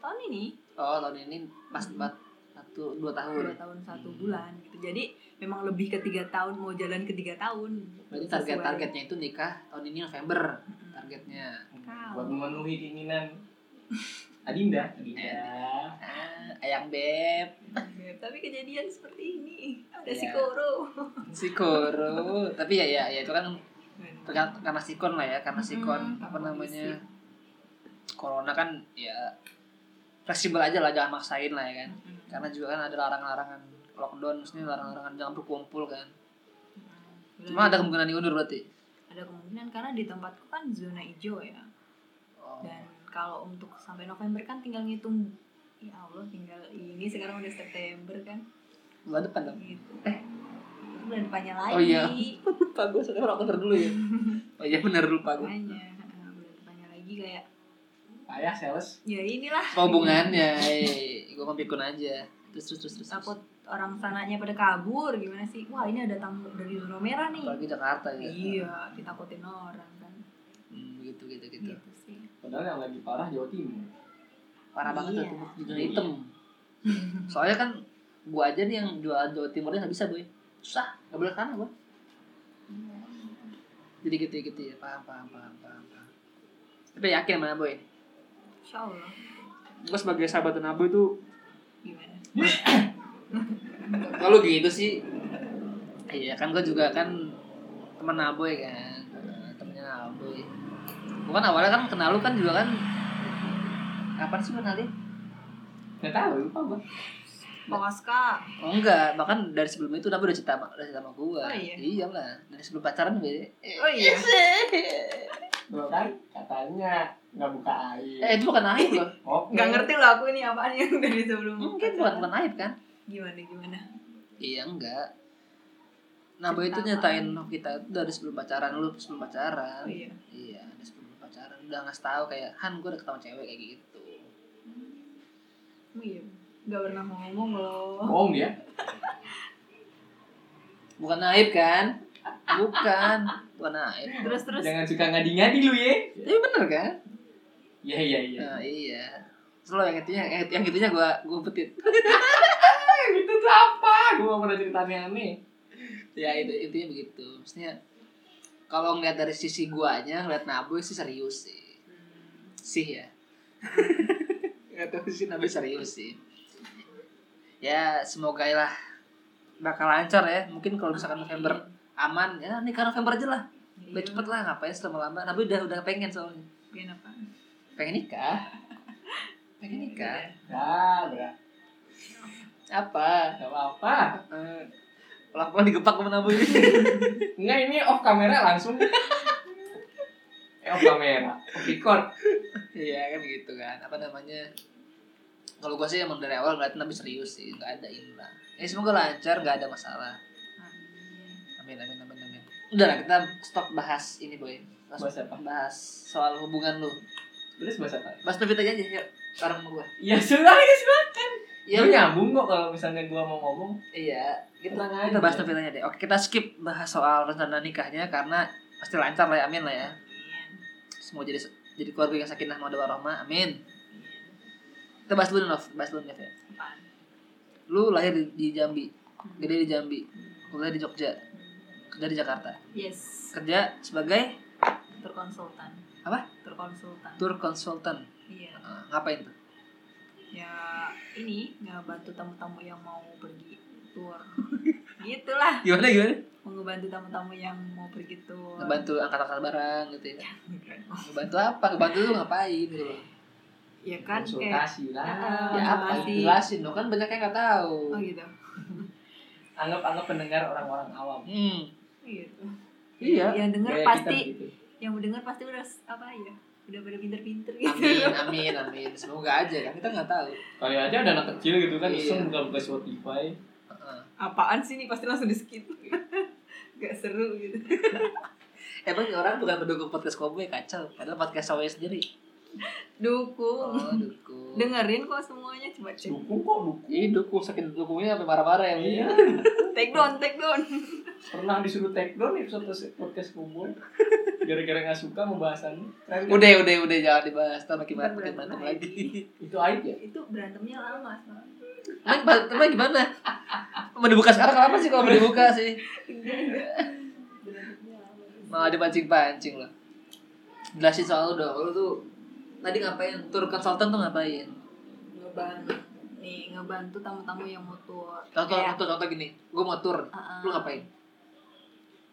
Speaker 2: tahun ini
Speaker 1: oh tahun ini pas buat satu dua
Speaker 2: dua
Speaker 1: tahun
Speaker 2: tahun satu
Speaker 1: Hmm.
Speaker 2: bulan gitu jadi memang lebih ke tiga tahun mau jalan ke tiga tahun
Speaker 1: berarti
Speaker 2: Sesuai. Hmm.
Speaker 1: target targetnya itu nikah tahun ini November
Speaker 2: Mm-mm.
Speaker 1: targetnya
Speaker 2: Kau.
Speaker 3: buat memenuhi keinginan Adinda Adinda
Speaker 1: ah, ayang beb
Speaker 2: Beb, Iya, tapi kejadian seperti ini ada
Speaker 1: Iya.
Speaker 2: si Koro
Speaker 1: si Koro tapi ya ya ya itu kan tergan- karena sikon lah ya karena
Speaker 2: Hmm,
Speaker 1: sikon
Speaker 2: Mm-mm,
Speaker 1: apa
Speaker 2: karena
Speaker 1: namanya
Speaker 2: kondisi.
Speaker 1: corona kan ya fleksibel aja lah jangan maksain lah ya kan
Speaker 2: Mm-mm.
Speaker 1: karena juga kan ada larang-larangan lockdown maksudnya larang-larangan jangan berkumpul kan cuma ada kemungkinan diundur berarti
Speaker 2: Hmm. ada kemungkinan karena di tempatku kan zona hijau ya
Speaker 1: oh.
Speaker 2: dan kalau untuk sampai November kan tinggal ngitung ya Allah tinggal ini sekarang udah September kan
Speaker 1: bulan depan dong
Speaker 2: gitu bulan depannya lagi
Speaker 1: Eh. Oh, iya. lupa gue soalnya orang Oktober dulu ya oh iya bener lupa gue
Speaker 2: makanya eh, bulan depannya lagi kayak
Speaker 3: Ayah sales.
Speaker 2: ya inilah
Speaker 1: apa hubungannya eh gue pikun aja terus terus terus terus
Speaker 2: takut orang sananya pada kabur gimana sih wah ini ada tamu dari zona merah nih
Speaker 1: apalagi Jakarta ya
Speaker 2: iya ditakutin orang kan
Speaker 1: hmm, gitu gitu gitu
Speaker 2: gitu sih
Speaker 3: Padahal yang lagi parah Jawa Timur.
Speaker 1: parah banget
Speaker 2: Iya.
Speaker 1: ya tuh di zona hitam soalnya kan gue aja nih yang jual Jawa Timurnya nggak bisa gue susah nggak boleh karena gue
Speaker 2: Iya.
Speaker 1: jadi gitu gitu ya paham paham paham paham, paham. tapi yakin mana boy
Speaker 2: Insya Allah
Speaker 1: gue sebagai sahabat Nabo itu
Speaker 2: gimana
Speaker 1: kalau gitu sih iya kan gue juga kan temen Naboy kan Nah, temennya Naboy gue kan awalnya kan kenal lu kan juga kan kapan sih kenalin
Speaker 3: Gak tahu lupa gue.
Speaker 2: Pawaska
Speaker 1: oh enggak bahkan dari sebelum itu Naboy udah cerita sama- udah cerita sama gue
Speaker 2: Oh, iya?
Speaker 1: lah dari sebelum pacaran ya. gue
Speaker 2: oh iya
Speaker 3: Lo kan katanya nggak buka air.
Speaker 1: eh itu bukan aib loh
Speaker 3: Oke.
Speaker 2: nggak ngerti loh aku ini apaan yang dari sebelum
Speaker 1: mungkin bukan
Speaker 2: pacaran.
Speaker 1: bukan aib kan
Speaker 2: gimana gimana
Speaker 1: Iya enggak. Naboy itu nyatain kita itu dari sebelum pacaran lu sebelum pacaran.
Speaker 2: oh iya
Speaker 1: Iya, dari sebelum pacaran udah ngasih tahu kayak Han gue udah ketemu cewek kayak gitu.
Speaker 2: oh iya nggak pernah mau ngomong loh
Speaker 1: Oh.
Speaker 3: Bohong dia.
Speaker 1: Bukan naib kan? Bukan, bukan naib.
Speaker 2: terus terus
Speaker 3: Jangan suka ngadi-ngadi lu ya.
Speaker 1: Tapi bener kan?
Speaker 3: Iya iya iya.
Speaker 2: Eh.
Speaker 1: Nah, iya. Selalu yang itunya yang, yang itunya gue gue petit.
Speaker 3: Yang itu Eh, gitu tuh apa? Gue mau pernah cerita aneh.
Speaker 1: ya itu intinya begitu. Maksudnya kalau ngeliat dari sisi guanya ngeliat Naboy sih serius sih. sih ya nggak tahu sih nabi serius sih ya semoga lah bakal lancar ya mungkin kalau misalkan November aman ya nikah November aja lah
Speaker 2: Iya.
Speaker 1: udah cepet lah ngapain selama lama tapi udah udah pengen soalnya
Speaker 2: kenapa
Speaker 1: pengen nikah pengen nikah
Speaker 3: Ya, berat.
Speaker 1: apa
Speaker 3: Gak apa-apa.
Speaker 1: Eh, pelan-pelan digepak sama nabi
Speaker 3: Enggak ini off kamera langsung. eh off kamera. Off record.
Speaker 1: iya kan gitu kan apa namanya kalau gua sih emang dari awal ngeliat nabi serius sih nggak ada ini lah ya semoga lancar nggak ada masalah Amin amin amin amin. Udah lah kita stop bahas ini boy. Bahas,
Speaker 3: Bahas apa?
Speaker 1: bahas soal hubungan lu.
Speaker 3: Terus bahasa apa?
Speaker 1: Bahas Novita aja yuk. Sekarang sama gua.
Speaker 3: Ya sudah ya silakan.
Speaker 1: Iya.
Speaker 3: Lu Ya, nyambung kok kalau misalnya gua mau ngomong.
Speaker 1: Iya. Kita,
Speaker 3: Tenang aja.
Speaker 1: kita bahas Novita aja deh. Oke kita skip bahas soal rencana nikahnya karena pasti lancar lah ya amin lah ya. Semua jadi jadi keluarga yang sakinah mawaddah warahmah amin. Kita bahas dulu Nov, bahas dulu Nov ya.
Speaker 2: apaan
Speaker 1: Lu lahir di, di Jambi, gede di Jambi, kuliah di Jogja, kerja di Jakarta.
Speaker 2: yes
Speaker 1: Kerja sebagai
Speaker 2: terkonsultan
Speaker 1: Apa?
Speaker 2: terkonsultan
Speaker 1: tour consultant.
Speaker 2: iya
Speaker 1: Eh, ngapain tuh?
Speaker 2: ya ini ngebantu tamu-tamu yang mau pergi tour gitulah
Speaker 1: Gimana gimana?
Speaker 2: ngebantu tamu-tamu yang mau pergi tour
Speaker 1: ngebantu angkat-angkat barang gitu ya ngebantu apa ngebantu tuh ngapain gitu loh
Speaker 2: ya kan kayak
Speaker 3: konsultasi lah.
Speaker 2: Ah,
Speaker 1: ya apa
Speaker 2: konsultasi.
Speaker 1: jelasin dong kan banyak yang nggak
Speaker 2: oh
Speaker 1: tahu
Speaker 2: gitu
Speaker 3: Anggap-anggap pendengar orang-orang awam.
Speaker 1: hmm
Speaker 2: gitu
Speaker 1: iya
Speaker 2: yang denger
Speaker 3: Kayak kita gitu.
Speaker 2: pasti
Speaker 3: begitu.
Speaker 2: yang mendengar pasti udah s- apa ya udah pada pinter-pinter gitu
Speaker 1: amin amin amin semoga aja kan kita nggak tahu
Speaker 3: Kali aja ada anak kecil gitu kan
Speaker 1: Iya.
Speaker 3: iseng buka-buka Spotify.
Speaker 1: Heeh.
Speaker 2: apaan sih nih pasti langsung di skip gak seru gitu
Speaker 1: emang orang bukan pendukung podcast koboy kacau padahal podcast saya sendiri
Speaker 2: dukung
Speaker 1: oh dukung
Speaker 2: dengerin kok semuanya coba cek
Speaker 3: Dukung kok dukung.
Speaker 1: Ih, dukung saking dukungnya sampai marah-marah ya.
Speaker 3: Iya.
Speaker 2: take down take down
Speaker 3: Pernah disuruh take down episode podcast kumpul. Gara-gara nggak suka pembahasannya. Keren kan?
Speaker 1: Udah, udah, udah jangan dibahas. Ntar makin
Speaker 2: Ntar
Speaker 1: marah, makin
Speaker 2: berantem
Speaker 1: berantem lagi.
Speaker 3: Itu aib ya.
Speaker 2: itu berantemnya lama soalnya.
Speaker 1: Emang emang gimana? Mau dibuka sekarang apa sih kalau mau dibuka sih?
Speaker 2: berantemnya lama
Speaker 1: malah dipancing-pancing loh jelasin soal lu dong lu tuh tadi ngapain tour consultant tuh ngapain
Speaker 2: ngebantu nih ngebantu tamu-tamu yang mau tour
Speaker 1: contoh
Speaker 2: Kayak,
Speaker 1: contoh contoh gini gue mau tour
Speaker 2: uh-uh.
Speaker 1: lu ngapain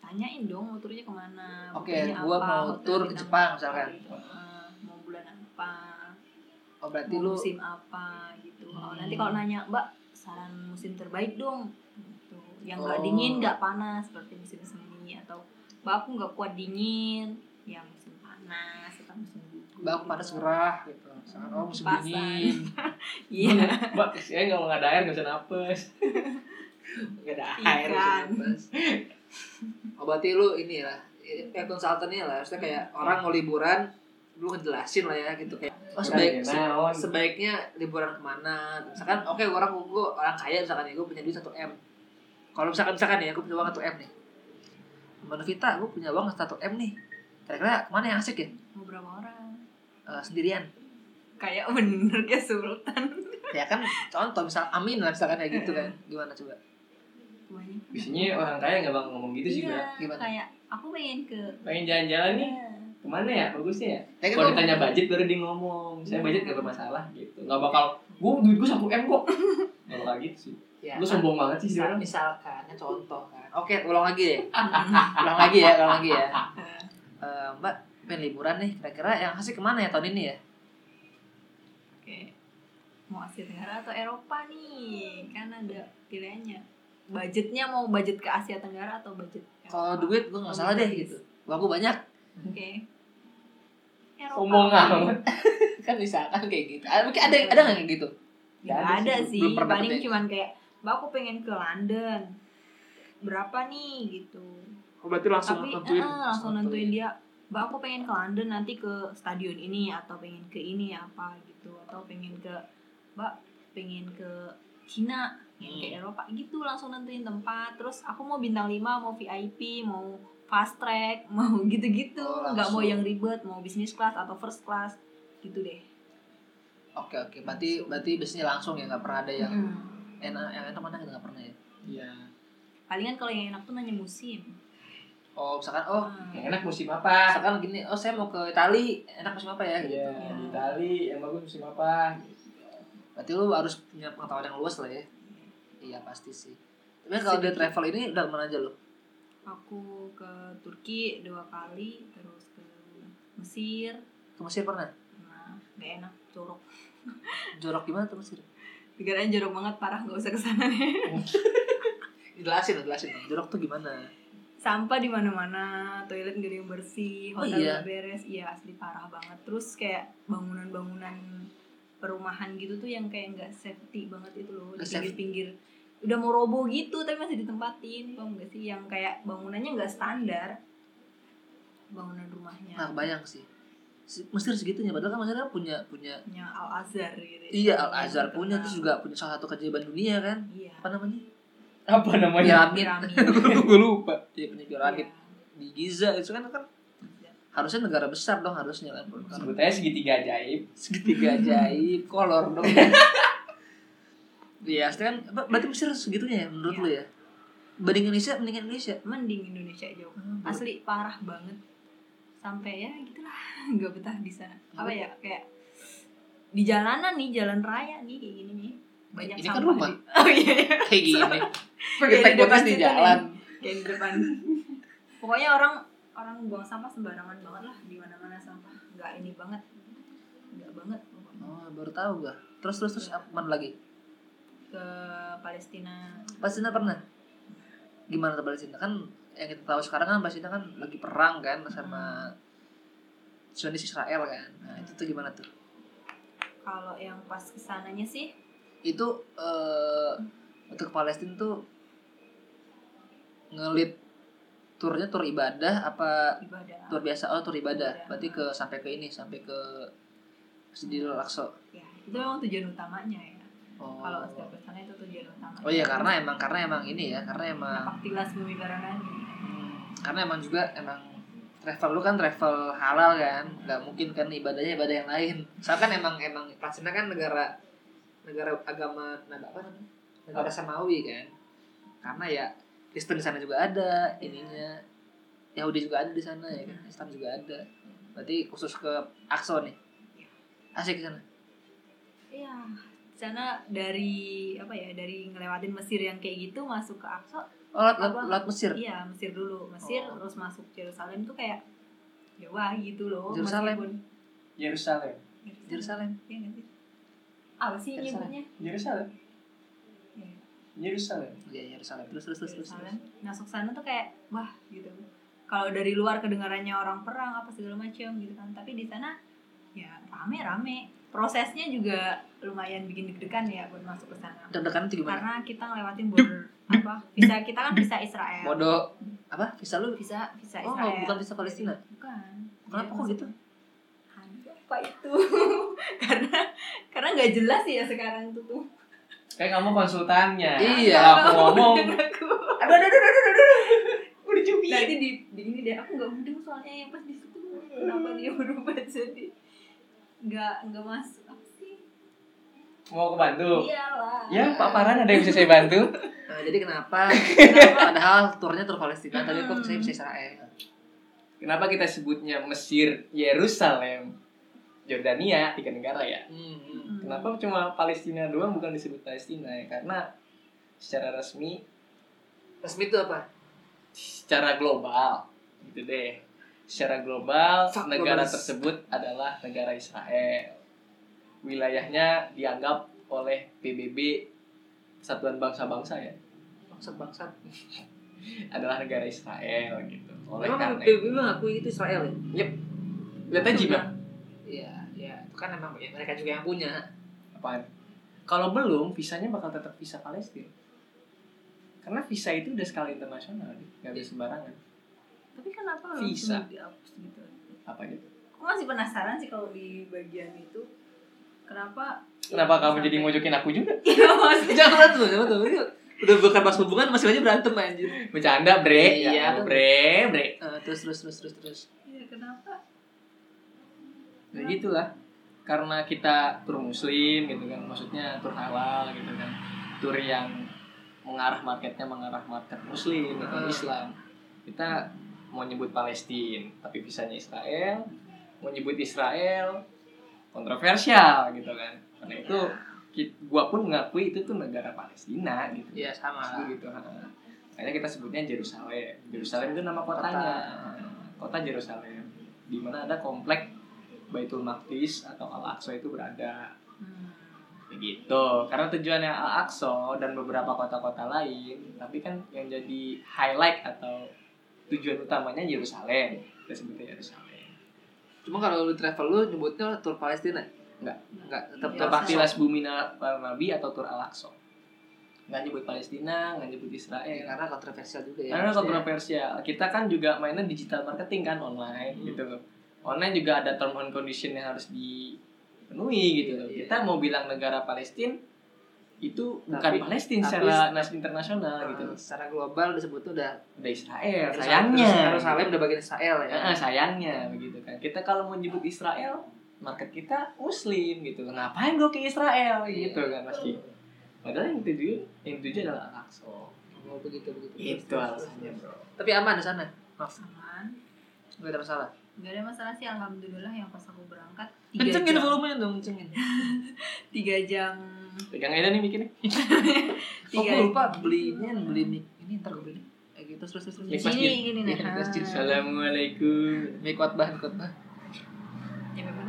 Speaker 2: tanyain dong mau turnya kemana
Speaker 1: Oke,
Speaker 2: mobilnya
Speaker 1: gua
Speaker 2: apa,
Speaker 1: mau
Speaker 2: hotel
Speaker 1: tur ke
Speaker 2: bintang
Speaker 1: Jepang
Speaker 2: berapa
Speaker 1: misalkan.
Speaker 2: gitu. Uh, mau bulan apa
Speaker 1: oh berarti
Speaker 2: mau
Speaker 1: lu
Speaker 2: musim apa gitu
Speaker 1: Hmm.
Speaker 2: Oh, nanti kalau nanya mbak saran musim terbaik dong gitu. yang nggak
Speaker 1: Oh.
Speaker 2: dingin nggak panas seperti musim semi atau baku nggak kuat dingin yang musim panas atau musim gugur
Speaker 1: Mbak aku panas gerah gitu. Sangat oh musim
Speaker 2: Pasan.
Speaker 1: dingin.
Speaker 2: iya
Speaker 3: Mbak, saya nggak mau ngadain, nggak usah napes. Nggak ada
Speaker 2: iya
Speaker 3: air.
Speaker 2: Ikan.
Speaker 1: Bebas. gitu kan, Oh berarti lu ini lah, eh konsultannya lah, maksudnya kayak orang mau liburan, lu ngejelasin lah ya gitu kayak. Oh
Speaker 3: iya,
Speaker 1: sebaik, se-
Speaker 3: Naon.
Speaker 1: sebaiknya liburan kemana? Misalkan oke orang gue orang kaya misalkan ya gue punya duit 1 m. Kalau misalkan misalkan ya gue punya uang 1 m nih. Temen Vita gue punya uang 1 m nih. Kira-kira kemana yang asik ya?
Speaker 2: mau berapa orang
Speaker 1: Eh, sendirian.
Speaker 2: kayak bener kayak sultan
Speaker 1: Ya kan contoh misal Amin lah misalkan kayak gitu kan. Gimana coba?
Speaker 2: Semuanya.
Speaker 3: Biasanya orang kaya nggak bakal ngomong gitu sih,
Speaker 2: iya,
Speaker 3: Mbak.
Speaker 1: Gimana? Nah,
Speaker 2: kayak aku pengen ke Iya.
Speaker 3: Pengen jalan-jalan nih, kemana ya bagusnya ya?
Speaker 1: Ya kan
Speaker 3: Kalau
Speaker 1: gua-
Speaker 3: ditanya budget baru dia ngomong, saya budget nggak bermasalah gitu. Nggak bakal, gue duit gue 1 m kok. Nggak bakal gitu sih.
Speaker 1: Ya,
Speaker 3: Lu sombong banget sih,
Speaker 1: misal,
Speaker 3: sekarang.
Speaker 1: misalkan ya, contoh kan. Oke, ulang lagi ya.
Speaker 2: Hmm.
Speaker 1: ulang lagi ya ulang lagi ya Eh, mbak pengen liburan nih kira-kira yang asik kemana ya tahun ini ya
Speaker 2: Oke. Mau Asia Tenggara atau Eropa nih? Kan ada pilihannya. Budgetnya mau budget ke Asia Tenggara atau budget Eropa?
Speaker 1: kalau duit gue nggak salah deh gitu uang gue banyak
Speaker 2: Oke. Eropa.
Speaker 3: Sombong amat.
Speaker 1: kan misalkan kayak gitu Ah, mungkin ada ada nggak kayak gitu
Speaker 2: Nggak ada
Speaker 3: Nggak ada
Speaker 1: sih,
Speaker 2: sih.
Speaker 1: belum pernah
Speaker 2: Paling
Speaker 1: kebayang.
Speaker 2: cuman kayak, Mbak aku pengen ke London. Berapa nih gitu.
Speaker 1: oh, berarti
Speaker 2: Tapi eh, langsung
Speaker 1: ya?
Speaker 2: nentuin dia. Mbak aku pengen ke London nanti ke stadion ini atau pengen ke ini apa gitu atau pengen ke Mbak pengen ke Cina yang
Speaker 1: Hmm.
Speaker 2: ke Eropa gitu langsung nentuin tempat terus aku mau bintang 5 mau VIP mau fast track mau gitu-gitu
Speaker 1: Oh, langsung.
Speaker 2: nggak mau yang ribet mau bisnis class atau first class gitu deh
Speaker 1: oke oke berarti berarti biasanya langsung ya nggak pernah ada yang
Speaker 2: Hmm.
Speaker 1: enak yang enak mana gitu nggak pernah ya
Speaker 3: Iya.
Speaker 2: palingan kalau yang enak tuh nanya musim
Speaker 1: oh misalkan oh
Speaker 3: Yang
Speaker 2: Hmm.
Speaker 3: enak musim apa?
Speaker 1: misalkan gini oh saya mau ke Itali enak musim apa ya gitu
Speaker 3: Iya, di Itali yang bagus musim apa?
Speaker 1: berarti lu harus punya pengetahuan yang luas lah ya iya pasti sih tapi kalau dia travel ini udah kemana aja lo
Speaker 2: aku ke Turki dua kali terus ke Mesir
Speaker 1: ke Mesir pernah
Speaker 2: nah nggak enak jorok
Speaker 1: jorok gimana tuh Mesir
Speaker 2: negaranya jorok banget parah nggak usah kesana deh
Speaker 1: jelasin jelasin jorok tuh gimana
Speaker 2: sampah di mana-mana, toilet gak ada yang bersih,
Speaker 1: Oh,
Speaker 2: hotel
Speaker 1: iya.
Speaker 2: nggak beres, iya asli parah banget. Terus kayak bangunan-bangunan perumahan gitu tuh yang kayak nggak safety banget itu loh, di
Speaker 1: Nggak safety.
Speaker 2: pinggir-pinggir udah mau roboh gitu tapi masih ditempatin, paham gak sih? Yang kayak bangunannya nggak standar bangunan rumahnya,
Speaker 1: nah bayang sih Si- Mesir segitunya padahal kan Mesir kan punya punya
Speaker 2: punya Al Azhar gitu.
Speaker 1: iya Al Azhar
Speaker 2: Terkenal.
Speaker 1: punya terus juga punya salah satu keajaiban dunia kan
Speaker 2: iya.
Speaker 1: apa namanya
Speaker 3: Apa namanya?
Speaker 1: piramid
Speaker 2: Piramid.
Speaker 3: gue lupa.
Speaker 1: dia punya piramid di Giza itu kan kan
Speaker 2: Iya.
Speaker 1: harusnya negara besar dong harusnya kan Karena
Speaker 3: Sebut aja segitiga ajaib.
Speaker 1: segitiga ajaib kolor dong Iya, pasti kan ber- berarti Mesir segitunya ya menurut
Speaker 2: Iya.
Speaker 1: lu ya? Banding Indonesia, mendingan Indonesia.
Speaker 2: Mending Indonesia jauh.
Speaker 1: Hmm,
Speaker 2: asli parah banget sampai ya gitulah nggak betah di sana apa ya kayak di jalanan nih jalan raya nih kayak gini nih banyak
Speaker 1: Ini
Speaker 2: sampah
Speaker 1: kan rumah.
Speaker 2: di- oh iya iya.
Speaker 1: Kayak gini.
Speaker 2: Kayak
Speaker 1: Pakai
Speaker 2: di depan
Speaker 1: podcast di
Speaker 2: situ
Speaker 1: jalan.
Speaker 2: nih. kayak di depan pokoknya orang orang buang sampah sembarangan banget lah di mana mana sampah nggak ini banget nggak banget pokoknya.
Speaker 1: Oh, baru tahu gua. Terus terus terus apa mana lagi?
Speaker 2: ke Palestina
Speaker 1: Palestina pernah? Gimana tuh Palestina? Kan yang kita tahu sekarang kan Palestina kan lagi perang kan sama Zionis Israel kan. Nah, itu tuh gimana tuh?
Speaker 2: kalau yang pas kesananya sih
Speaker 1: Itu eh untuk Palestina tuh ngelit turnya tur ibadah apa
Speaker 2: ibadah
Speaker 1: tur biasa? Oh, tur ibadah.
Speaker 2: Ibadah.
Speaker 1: Berarti ke sampai ke ini, sampai ke Masjidil Aqsa.
Speaker 2: ya itu memang tujuan utamanya ya
Speaker 1: Oh.
Speaker 2: kalau setiap kesana itu tujuan utamanya
Speaker 1: Oh iya karena emang karena emang ini ya, karena emang
Speaker 2: Napak tilas bumi baranani
Speaker 1: Hmm, karena emang juga emang travel lu kan travel halal kan nggak mungkin kan ibadahnya ibadah yang lain soalnya kan emang emang Palestina kan negara negara agama nah, apa namanya negara samawi kan karena ya Kristen di sana juga ada ininya Yahudi juga ada di sana ya kan Islam juga ada berarti khusus ke Akso nih asik di sana
Speaker 2: Iya, di sana dari apa ya dari ngelewatin Mesir yang kayak gitu masuk ke Aqsa,
Speaker 1: oh laut, laut, laut Mesir
Speaker 2: iya Mesir dulu, Mesir
Speaker 1: Oh.
Speaker 2: terus masuk Yerusalem tuh kayak Jawa gitu loh.
Speaker 1: Yerusalem.
Speaker 2: meskipun-
Speaker 3: Yerusalem.
Speaker 2: Yerusalem.
Speaker 1: Yerusalem
Speaker 2: Iya nggak sih? Apa sih
Speaker 1: Yerusalem.
Speaker 2: nyebutnya?
Speaker 3: Yerusalem.
Speaker 2: Ya,
Speaker 3: Yerusalem.
Speaker 1: Iya, Yerusalem. Terus terus terus terus.
Speaker 2: Yerusalem. Masuk sana tuh kayak wah gitu. Kalau dari luar kedengarannya orang perang apa segala macam gitu kan. Tapi di sana ya rame-rame. Prosesnya juga lumayan bikin deg-degan ya buat masuk ke sana.
Speaker 1: Deg-degan itu gimana?
Speaker 2: Karena kita ngelewatin border apa? Visa kita kan visa Israel.
Speaker 1: Bodoh. Apa? Visa lu?
Speaker 2: Visa visa
Speaker 1: Oh,
Speaker 2: Israel. Iya,
Speaker 1: bukan visa Palestina.
Speaker 2: Bukan.
Speaker 1: Kenapa
Speaker 2: Jadi
Speaker 1: kok
Speaker 2: masuk-
Speaker 1: gitu?
Speaker 2: Aduh, apa itu? karena karena nggak jelas ya sekarang tuh. tuh.
Speaker 3: Kayak kamu konsultannya.
Speaker 1: Iya,
Speaker 3: Kalau aku
Speaker 2: Kalau
Speaker 3: ngomong.
Speaker 2: mudeng aku.
Speaker 3: Aduh aduh aduh aduh aduh. Udah cumi.
Speaker 2: Nanti di, di ini deh aku nggak mudeng soalnya yang pas di situ kenapa dia
Speaker 3: Hmm.
Speaker 2: berubah jadi nggak nggak masuk apa sih?
Speaker 3: Mau ke Bandung.
Speaker 2: Iyalah.
Speaker 3: Ya, Pak Farhan ada yang bisa saya bantu?
Speaker 1: Nah, jadi kenapa? Gitu kan. Padahal turnya tur Palestina, tapi kok saya bisa Israel?
Speaker 3: Kenapa kita sebutnya Mesir, Yerusalem, Yordania, tiga negara ya?
Speaker 1: Hmm.
Speaker 2: Hmm.
Speaker 3: Kenapa cuma Palestina doang bukan disebut Palestina ya? Karena secara resmi,
Speaker 1: Resmi itu apa?
Speaker 3: secara global, gitu deh. Secara global,
Speaker 1: Fuck,
Speaker 3: negara
Speaker 1: globalis.
Speaker 3: tersebut adalah negara Israel. Wilayahnya dianggap oleh PBB Satuan Bangsa-Bangsa ya
Speaker 1: Bangsat bangsat.
Speaker 3: adalah negara Israel gitu. Oleh
Speaker 1: Emang
Speaker 3: karena
Speaker 1: PBB mengakui itu Israel ya?
Speaker 3: Lihat aja, Bang.
Speaker 1: Iya, iya. Itu kan emang ya, mereka juga yang punya.
Speaker 3: Apaan? Kalau belum, visanya bakal tetap visa Palestina. Karena visa itu udah skala internasional, Dik. nggak bisa sembarangan.
Speaker 2: Tapi kenapa langsung
Speaker 3: Visa.
Speaker 2: dihapus gitu?
Speaker 3: Apa aja?
Speaker 2: Aku masih penasaran sih kalau di bagian itu kenapa?
Speaker 3: Kenapa kamu jadi
Speaker 2: sampai-
Speaker 3: ngojokin aku juga?
Speaker 2: Iya maksudnya.
Speaker 1: Jangan tuh, jangan tuh. Ini Udah bukan bahas hubungan masih aja berantem anjir.
Speaker 3: Bercanda, bre.
Speaker 1: Iya.
Speaker 3: Ya, bre, bre.
Speaker 1: Eh, terus terus terus terus terus.
Speaker 2: Iya kenapa?
Speaker 3: Ya gitulah. Karena kita tur muslim gitu kan, maksudnya tur halal gitu kan. Tur yang mengarah marketnya mengarah market muslim atau
Speaker 1: Hmm.
Speaker 3: Islam. Kita mau nyebut Palestina, tapi visanya Israel, mau nyebut Israel kontroversial gitu kan. Karena itu ki- gua pun mengakui itu tuh negara Palestina gitu.
Speaker 1: Iya, sama.
Speaker 3: Terus gitu ha. akhirnya kita sebutnya Jerusalem Jerusalem itu nama kotanya kota Jerusalem di mana ada komplek Baitul Maqdis atau Al Aqsa itu berada
Speaker 2: Hmm.
Speaker 3: begitu karena tujuannya Al Aqsa dan beberapa kota-kota lain tapi kan yang jadi highlight atau tujuan utamanya Yerusalem kita sebutnya Yerusalem
Speaker 1: Cuma kalau lu travel lu nyebutnya tur Palestina.
Speaker 3: Enggak.
Speaker 1: Enggak, tetap
Speaker 2: Iya.
Speaker 1: tetap
Speaker 3: Tepati
Speaker 1: Palestina.
Speaker 3: las bumi Nal- Nabi atau Tur Al Aqsa nggak nyebut Palestina nggak nyebut
Speaker 1: Iya,
Speaker 3: Israel
Speaker 1: karena kontroversial juga ya.
Speaker 3: Karena
Speaker 1: maksudnya.
Speaker 3: kontroversial. Kita kan juga mainnya digital marketing kan online
Speaker 1: Hmm.
Speaker 3: gitu loh. Online juga ada term and condition yang harus dipenuhi gitu
Speaker 1: Iya,
Speaker 3: loh.
Speaker 1: iya.
Speaker 3: Kita mau bilang negara Palestina itu bukan
Speaker 1: Tapi-
Speaker 3: Palestina
Speaker 1: tapi-
Speaker 3: secara nas internasional
Speaker 1: Eh,
Speaker 3: gitu. loh.
Speaker 1: secara global disebut tuh udah
Speaker 3: Udah Israel, sayangnya.
Speaker 1: Yerusalem Ah. udah bagian Israel ya.
Speaker 3: Ya, eh, sayangnya begitu kan. Kita kalau mau nyebut Israel, market kita muslim gitu. Ngapain gue ke Israel
Speaker 1: Iya.
Speaker 3: gitu kan pasti. Padahal yang tujuan yang tujuan adalah Al-Aqsa.
Speaker 1: Oh, begitu begitu.
Speaker 3: Itu alasannya, Bro.
Speaker 1: Tapi aman di sana.
Speaker 2: Aman.
Speaker 1: Enggak ada masalah.
Speaker 2: Gak ada masalah sih alhamdulillah yang pas aku berangkat tiga
Speaker 3: gitu,
Speaker 1: Kencengin
Speaker 2: jam
Speaker 1: volumenya dong, kencengin.
Speaker 2: tiga jam
Speaker 3: Pegang aja nih mikirnya.
Speaker 1: Oh,
Speaker 2: tiga
Speaker 1: gue lupa belinya beli mic ini ntar gue beli. Eh, gitu terus terus terus.
Speaker 3: Mic
Speaker 1: Mic
Speaker 3: pas
Speaker 2: gini gini nah. nih
Speaker 1: Iya, masjid.
Speaker 2: Ha.
Speaker 3: Assalamualaikum.
Speaker 1: mic khotbah, mic khotbah.
Speaker 2: Ya, memang.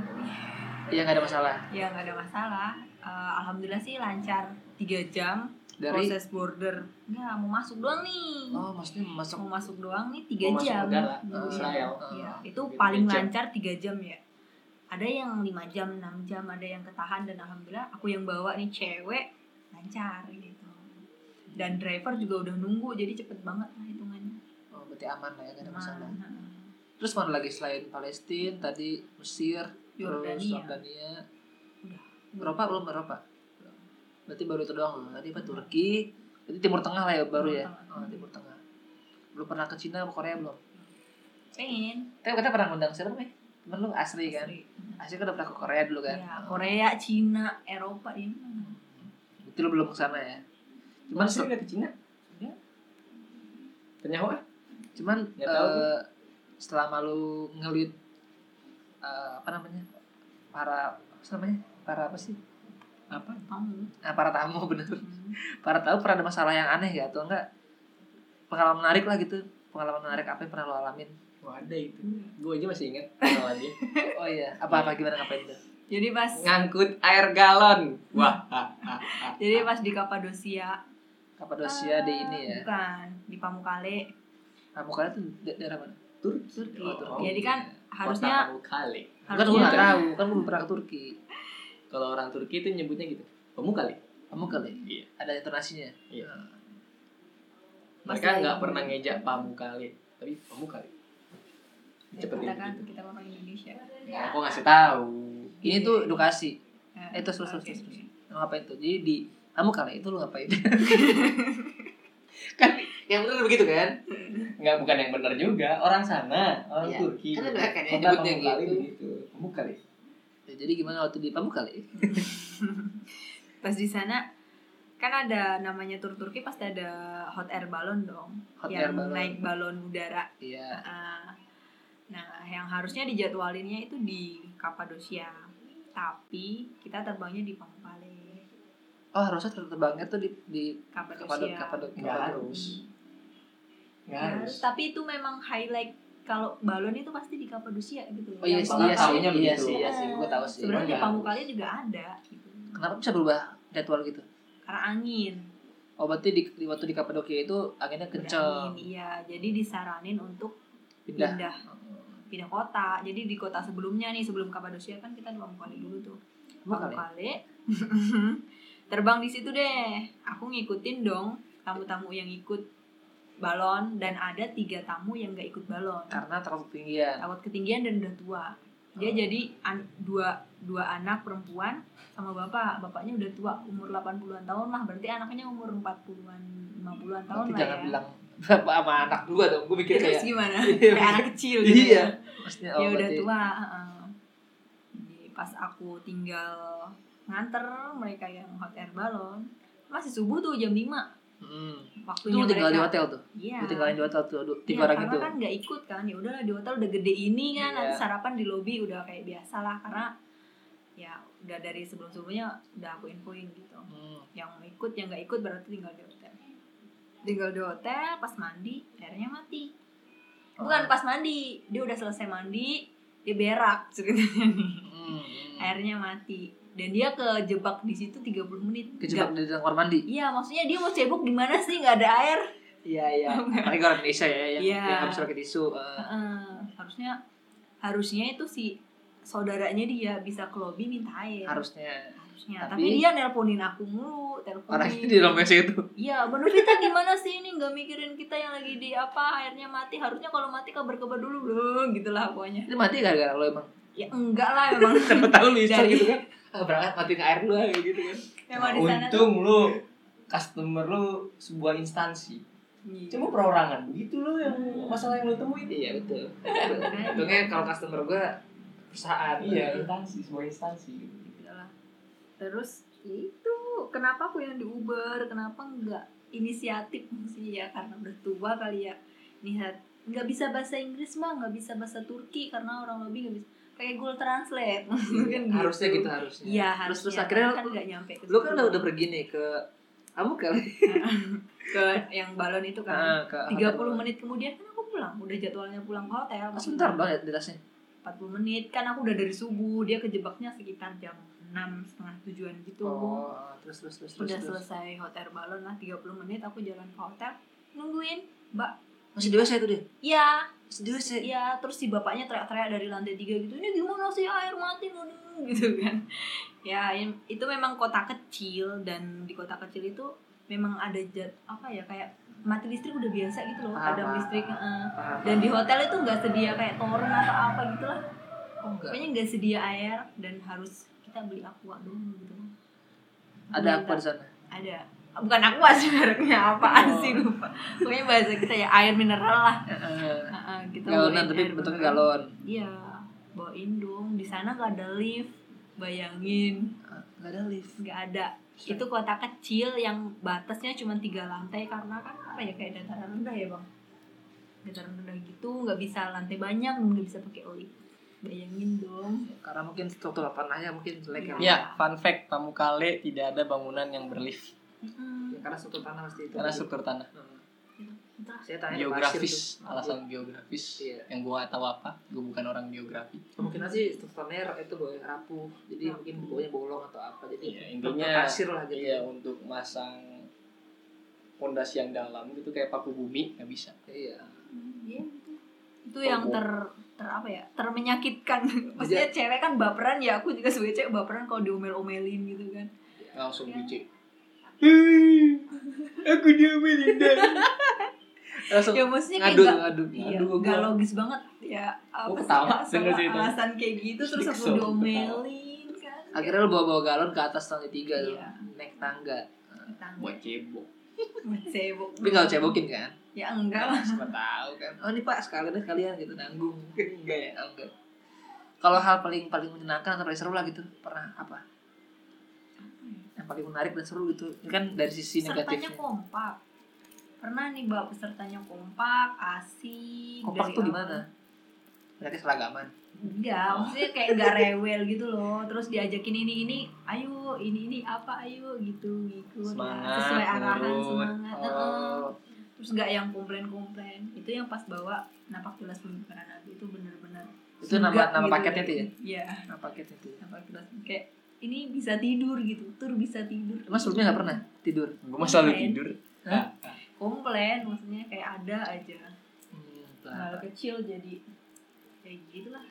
Speaker 1: Iya nggak ada masalah.
Speaker 2: ya nggak ada masalah Eh, alhamdulillah sih lancar tiga jam
Speaker 1: Dari
Speaker 2: proses border nggak mau masuk doang nih
Speaker 1: oh maksudnya masuk
Speaker 2: mau masuk doang nih tiga
Speaker 3: Mau masuk
Speaker 2: jam
Speaker 3: negara,
Speaker 2: Iya.
Speaker 1: eh,
Speaker 3: Israel.
Speaker 1: eh,
Speaker 2: Iya, itu
Speaker 3: Tiga
Speaker 2: paling
Speaker 3: jam.
Speaker 2: lancar tiga jam ya ada yang lima jam enam jam ada yang ketahan dan alhamdulillah aku yang bawa nih cewek lancar gitu
Speaker 1: Hmm.
Speaker 2: dan driver juga udah nunggu jadi cepet banget lah hitungannya
Speaker 1: Oh, berarti aman lah ya nggak ada masalah.
Speaker 2: Nah,
Speaker 1: Terus mana lagi selain Palestina tadi Mesir, terus
Speaker 2: Yordania.
Speaker 1: Yordania.
Speaker 2: Udah.
Speaker 1: Eropa belum Eropa. Berarti baru itu doang loh. Tadi apa Turki? Berarti Timur Tengah lah ya baru ya.
Speaker 2: Timur Tengah.
Speaker 1: Oh, Timur Tengah. Belum pernah ke Cina atau Korea belum?
Speaker 2: pengen
Speaker 1: Tapi kita pernah ngundang siapa nih? Temen lu asli kan? Asli kan udah pernah ke Korea dulu kan?
Speaker 2: Ya, Korea Cina Eropa ya, ini
Speaker 1: Berarti lu belum kesana ya? Cuman
Speaker 3: Cuman sih udah ke Cina.
Speaker 1: Udah.
Speaker 3: Tanya Hoa.
Speaker 1: cuman
Speaker 3: Nggak tahu
Speaker 1: eh,
Speaker 3: tuh.
Speaker 1: selama lu ngelit eh, apa namanya para apa sih namanya para apa sih
Speaker 3: Apa?
Speaker 2: kamu
Speaker 1: nah, para tamu bener
Speaker 2: Hmm,
Speaker 1: para tamu pernah ada masalah yang aneh ya atau enggak pengalaman menarik lah gitu pengalaman menarik apa yang pernah lo alamin
Speaker 3: Wah ada itu.
Speaker 2: Hmm.
Speaker 3: Gue aja masih ingat sama dia.
Speaker 1: oh iya apa apa gimana ngapain tuh
Speaker 2: jadi pas
Speaker 3: Ngangkut air galon. Wah. ha, ha, ha.
Speaker 2: jadi pas di Kapadosia
Speaker 1: Kapadosia
Speaker 2: Eh.
Speaker 1: di ini ya.
Speaker 2: Bukan, di Pamukkale.
Speaker 1: Pamukkale itu da- daerah mana? Turki.
Speaker 2: Turki.
Speaker 1: Oh, Turki.
Speaker 2: Jadi kan
Speaker 4: Kota
Speaker 2: harusnya
Speaker 4: Pamukkali.
Speaker 1: kan gue nggak
Speaker 2: harusnya
Speaker 1: tahu, kan gue belum pernah ke Turki.
Speaker 4: Kalau orang Turki itu nyebutnya gitu. Pamukali.
Speaker 1: Pamukkale.
Speaker 4: Iya.
Speaker 1: Ada intonasinya.
Speaker 4: Iya.
Speaker 1: Nah,
Speaker 4: Mereka
Speaker 2: Masih-
Speaker 4: nggak pernah ngejak Pamukali, tapi Pamukali.
Speaker 2: ya,
Speaker 4: Cepet
Speaker 2: kita
Speaker 4: ini
Speaker 2: kan
Speaker 4: gitu.
Speaker 2: kita orang Indonesia.
Speaker 3: Iya.
Speaker 4: Nah, aku ngasih tahu.
Speaker 1: Ini tuh edukasi.
Speaker 2: Ya,
Speaker 1: Eh, terus, terus,
Speaker 2: oke.
Speaker 1: terus, terus. Lu ngapain tuh? Jadi di Pamukkale itu lu ngapain? kan yang benar begitu kan?
Speaker 3: Enggak bukan yang benar juga, orang sana, orang
Speaker 1: Iya.
Speaker 3: Turki.
Speaker 1: Kan ada kan ya,
Speaker 3: Kota
Speaker 1: nyebutnya
Speaker 3: Pamukkale
Speaker 1: gitu.
Speaker 3: begitu. Pamukkale.
Speaker 1: Ya, jadi gimana waktu di Pamukkale?
Speaker 2: Pas di sana kan ada namanya tur Turki pasti ada hot air balon dong.
Speaker 1: Hot air
Speaker 2: yang
Speaker 1: balloon.
Speaker 2: naik balon udara.
Speaker 1: Iya.
Speaker 2: Ah, nah, yang harusnya dijadwalinnya itu di Kapadosia. Tapi kita terbangnya di Pamukkale.
Speaker 1: Oh, harusnya terbangnya tuh di di Kapadok
Speaker 2: Kapadosia.
Speaker 1: Kapadok
Speaker 3: Enggak
Speaker 1: Kapadok.
Speaker 3: harus. Enggak
Speaker 1: Iya, Kan?
Speaker 2: Ya,
Speaker 3: harus.
Speaker 2: tapi itu memang highlight kalau balon itu pasti di Kapadosia gitu.
Speaker 1: Oh iya
Speaker 2: Yang
Speaker 1: sih,
Speaker 3: Malah
Speaker 1: iya sih,
Speaker 3: taunya
Speaker 1: iya
Speaker 3: begitu.
Speaker 1: sih, iya sih, gue tahu sih.
Speaker 2: Sebenarnya di
Speaker 3: Enggak.
Speaker 2: Pamukkale juga ada gitu.
Speaker 1: Kenapa bisa berubah jadwal gitu?
Speaker 2: Karena angin.
Speaker 1: Oh berarti di, di- waktu di Kapadokia itu anginnya
Speaker 2: Berangin,
Speaker 1: kenceng
Speaker 2: Iya, jadi disaranin untuk
Speaker 1: pindah.
Speaker 2: pindah pindah kota. Jadi di kota sebelumnya nih, sebelum Kapadosia kan kita di Pamukkale dulu tuh.
Speaker 1: Pamukkale?
Speaker 2: Pamukkale. Terbang di situ deh. Aku ngikutin dong tamu-tamu yang ikut balon dan ada tiga tamu yang gak ikut balon.
Speaker 1: Karena terlalu ketinggian.
Speaker 2: takut ketinggian dan udah tua
Speaker 1: Oh.
Speaker 2: dia jadi an- dua dua anak perempuan sama bapak bapaknya udah tua umur 80-an tahun lah berarti anaknya umur 40-an 50-an tahun
Speaker 1: Berarti
Speaker 2: lah
Speaker 1: jangan
Speaker 2: ya
Speaker 1: bilang bapak sama anak dua dong. Gue mikir
Speaker 2: Ya, terus
Speaker 1: kayak
Speaker 2: gimana
Speaker 1: Iya.
Speaker 2: kayak anak kecil gitu
Speaker 1: iya.
Speaker 2: ya.
Speaker 1: Maksudnya
Speaker 2: ya udah
Speaker 1: berarti-
Speaker 2: tua heeh. Jadi pas aku tinggal nganter mereka yang hot air balon masih subuh tuh jam 5
Speaker 1: Hmm. Itu
Speaker 2: waktunya
Speaker 1: lu tinggal di
Speaker 2: mereka
Speaker 1: hotel tuh.
Speaker 2: iya
Speaker 1: Lu tinggalin di hotel tuh aduh, tiga
Speaker 2: Iya,
Speaker 1: orang
Speaker 2: karena
Speaker 1: itu.
Speaker 2: kan nggak ikut kan ya udahlah di hotel udah gede ini kan nanti
Speaker 1: Iya.
Speaker 2: sarapan di lobi udah kayak biasa lah karena ya udah dari sebelum sebelumnya udah aku infoin gitu
Speaker 1: Hmm.
Speaker 2: yang mau ikut yang nggak ikut berarti tinggal di hotel tinggal di hotel pas mandi airnya mati bukan
Speaker 1: Oh.
Speaker 2: pas mandi dia udah selesai mandi dia berak ceritanya nih
Speaker 1: Hmm.
Speaker 2: airnya mati dan dia kejebak di situ 30 menit
Speaker 1: Kejebak
Speaker 2: Nggak-
Speaker 1: di dalam kamar mandi.
Speaker 2: Iya, maksudnya dia mau cebok di mana sih nggak ada air?
Speaker 1: Iya iya. Apalagi orang Indonesia ya yang
Speaker 2: Iya.
Speaker 1: yang nggak bisa pakai tisu. eh.
Speaker 2: Heeh, harusnya harusnya itu si saudaranya dia bisa ke lobby minta air
Speaker 1: harusnya
Speaker 2: harusnya
Speaker 1: Tapi-
Speaker 2: tapi, dia nelponin aku mulu
Speaker 1: orang
Speaker 2: teleponin
Speaker 1: di dalam WC itu.
Speaker 2: iya bener kita gimana sih ini nggak mikirin kita yang lagi di apa airnya mati harusnya kalau mati kabar kabar dulu loh gitulah pokoknya
Speaker 1: Ini mati gara-gara lo emang.
Speaker 2: ya enggak lah memang
Speaker 1: Siapa tahu lu iseng
Speaker 2: Dari-
Speaker 1: gitu kan. Ah, berangkat matiin air dulu aja gitu kan.
Speaker 2: memang di sana tuh
Speaker 3: Untung lu customer lu sebuah instansi.
Speaker 2: Iya.
Speaker 3: Cuma perorangan begitu lo yang masalah yang lu temuin.
Speaker 1: Hmm. Iya betul. Untungnya kalau customer gue perusahaan.
Speaker 3: Iya, instansi, sebuah instansi.
Speaker 2: Udahlah. terus ya itu kenapa aku yang di Uber kenapa nggak inisiatif sih ya karena udah tua kali ya lihat nggak bisa bahasa Inggris mah nggak bisa bahasa Turki karena orang lebih nggak bisa pakai Google Translate mungkin
Speaker 1: harusnya gitu harusnya.
Speaker 2: Iya,
Speaker 1: Terus
Speaker 2: harus
Speaker 1: terus akhirnya
Speaker 2: kan
Speaker 1: lu-
Speaker 2: nggak nyampe ke
Speaker 1: lu kan udah,
Speaker 2: situ.
Speaker 1: udah pergi nih ke kamu kali
Speaker 2: ke yang balon itu
Speaker 1: Ah,
Speaker 2: kan.
Speaker 1: ke
Speaker 2: 30 menit kemudian kan aku pulang, udah jadwalnya pulang ke hotel.
Speaker 1: Ah, sebentar dong ya di tasnya.
Speaker 2: 40 menit kan aku udah dari subuh, dia kejebaknya sekitar jam 6 setengah tujuan gitu.
Speaker 1: Oh, terus terus terus terus.
Speaker 2: udah
Speaker 1: terus.
Speaker 2: selesai hotel balon lah 30 menit aku jalan ke hotel nungguin mbak
Speaker 1: Masih di WC itu dia.
Speaker 2: iya
Speaker 1: Masih di WC.
Speaker 2: iya terus si bapaknya teriak-teriak dari lantai tiga gitu ini gimana sih air mati dulu gitu kan ya yang- itu memang kota kecil dan di kota kecil itu memang ada jad, apa ya kayak mati listrik udah biasa gitu loh
Speaker 1: Paham,
Speaker 2: padam
Speaker 1: paham.
Speaker 2: listrik eh.
Speaker 1: Paham.
Speaker 2: dan di hotel itu nggak sedia kayak toren atau apa gitu lah
Speaker 1: Oh, enggak.
Speaker 2: pokoknya nggak sedia air dan harus kita beli aqua dulu gitu
Speaker 1: Ada apa di sana?
Speaker 2: ada bukan aqua sih mereknya apaan
Speaker 1: Oh.
Speaker 2: sih lupa pokoknya bahasa kita ya air mineral lah
Speaker 1: Heeh.
Speaker 2: Heeh, kita
Speaker 1: Galonan
Speaker 2: bawain
Speaker 1: tapi
Speaker 2: air
Speaker 1: bentuknya
Speaker 2: mineral.
Speaker 1: galon. iya,
Speaker 2: iya bawain dong di sana nggak ada lift bayangin
Speaker 1: Ah, Enggak ada lift.
Speaker 2: nggak ada itu kota kecil yang batasnya cuma tiga lantai karena kan apa ya kayak dataran rendah ya bang dataran rendah gitu nggak bisa lantai banyak nggak bisa pakai oli bayangin dong
Speaker 1: Karena mungkin struktur tanahnya mungkin jelek ya.
Speaker 2: Iya. Ya,
Speaker 4: fun fact, Pamukale tidak ada bangunan yang berlift
Speaker 1: Ya,
Speaker 2: Mm-mm.
Speaker 1: Karena struktur tanah pasti itu.
Speaker 4: tanah.
Speaker 1: Heeh.
Speaker 2: Entah.
Speaker 1: Saya tanya
Speaker 4: geografis
Speaker 1: pasir tuh.
Speaker 4: alasan geografis
Speaker 1: Iya.
Speaker 4: yang gua gak tahu apa gua bukan orang geografi
Speaker 1: kemungkinan sih strukturnya itu boleh rapuh jadi mungkin bawahnya bolong atau apa jadi
Speaker 4: Iya, intinya-
Speaker 1: kasir lah gitu
Speaker 4: iya untuk masang pondasi yang dalam gitu kayak paku bumi nggak bisa
Speaker 1: Iya.
Speaker 2: Iya, itu.
Speaker 1: Oh,
Speaker 2: itu yang ter ter apa ya termenyakitkan
Speaker 1: Iya.
Speaker 2: maksudnya cewek kan baperan ya aku juga sebagai cewek baperan kalau diomel-omelin gitu kan
Speaker 4: langsung biji
Speaker 3: Iya. aku diomelin dah.
Speaker 1: Langsung
Speaker 2: ya maksudnya kayak
Speaker 1: ngadu
Speaker 2: nggak-
Speaker 1: ngadu.
Speaker 2: Iya,
Speaker 3: Aduh, gua-
Speaker 2: gak logis banget ya
Speaker 3: Gua
Speaker 2: apa sih
Speaker 3: ketawa
Speaker 2: ya,
Speaker 3: denger
Speaker 2: soal
Speaker 3: cerita.
Speaker 2: alasan kayak gitu terus
Speaker 3: Kesel,
Speaker 2: aku diomelin kan
Speaker 1: Akhirnya lu bawa-bawa galon ke atas lantai tiga
Speaker 2: Iya.
Speaker 1: lu. Naik tangga.
Speaker 2: tangga
Speaker 4: buat cebok
Speaker 2: buat cebok
Speaker 1: Tapi gak cebokin kan?
Speaker 2: ya enggak lah
Speaker 4: siapa tahu kan
Speaker 1: Oh ini pak sekalian deh kalian gitu nanggung. Enggak ya? Oh, enggak. Kalau hal paling paling menyenangkan atau paling seru lah gitu pernah apa? Yang paling menarik dan seru gitu Ini kan dari sisi
Speaker 2: pesertanya
Speaker 1: negatifnya.
Speaker 2: kompak pernah nih bawa pesertanya kompak asik
Speaker 1: Kompak
Speaker 2: dari
Speaker 1: tuh
Speaker 2: awal.
Speaker 1: gimana? Berarti seragaman.
Speaker 2: enggak Iya, maksudnya kayak nggak rewel gitu loh terus diajakin ini ini ayo ini ini apa ayo gitu ikut
Speaker 4: Semangat,
Speaker 2: sesuai arahan
Speaker 4: nurut.
Speaker 2: semangat heeh.
Speaker 3: Oh,
Speaker 2: terus nggak yang komplain-komplain itu yang pas bawa napak tilas pembukaan nabi itu bener-bener
Speaker 1: Itu nama-
Speaker 2: sugak
Speaker 1: nama paketnya tuh ya?
Speaker 2: iya
Speaker 1: Nah, paket itu.
Speaker 2: napak tilas kayak ini bisa tidur gitu tur bisa tidur
Speaker 1: Emang sebelumnya gak pernah tidur?
Speaker 4: gue mah selalu
Speaker 2: Main.
Speaker 4: tidur
Speaker 2: komplain maksudnya kayak ada aja hal
Speaker 1: Nah,
Speaker 2: kecil jadi kayak gitulah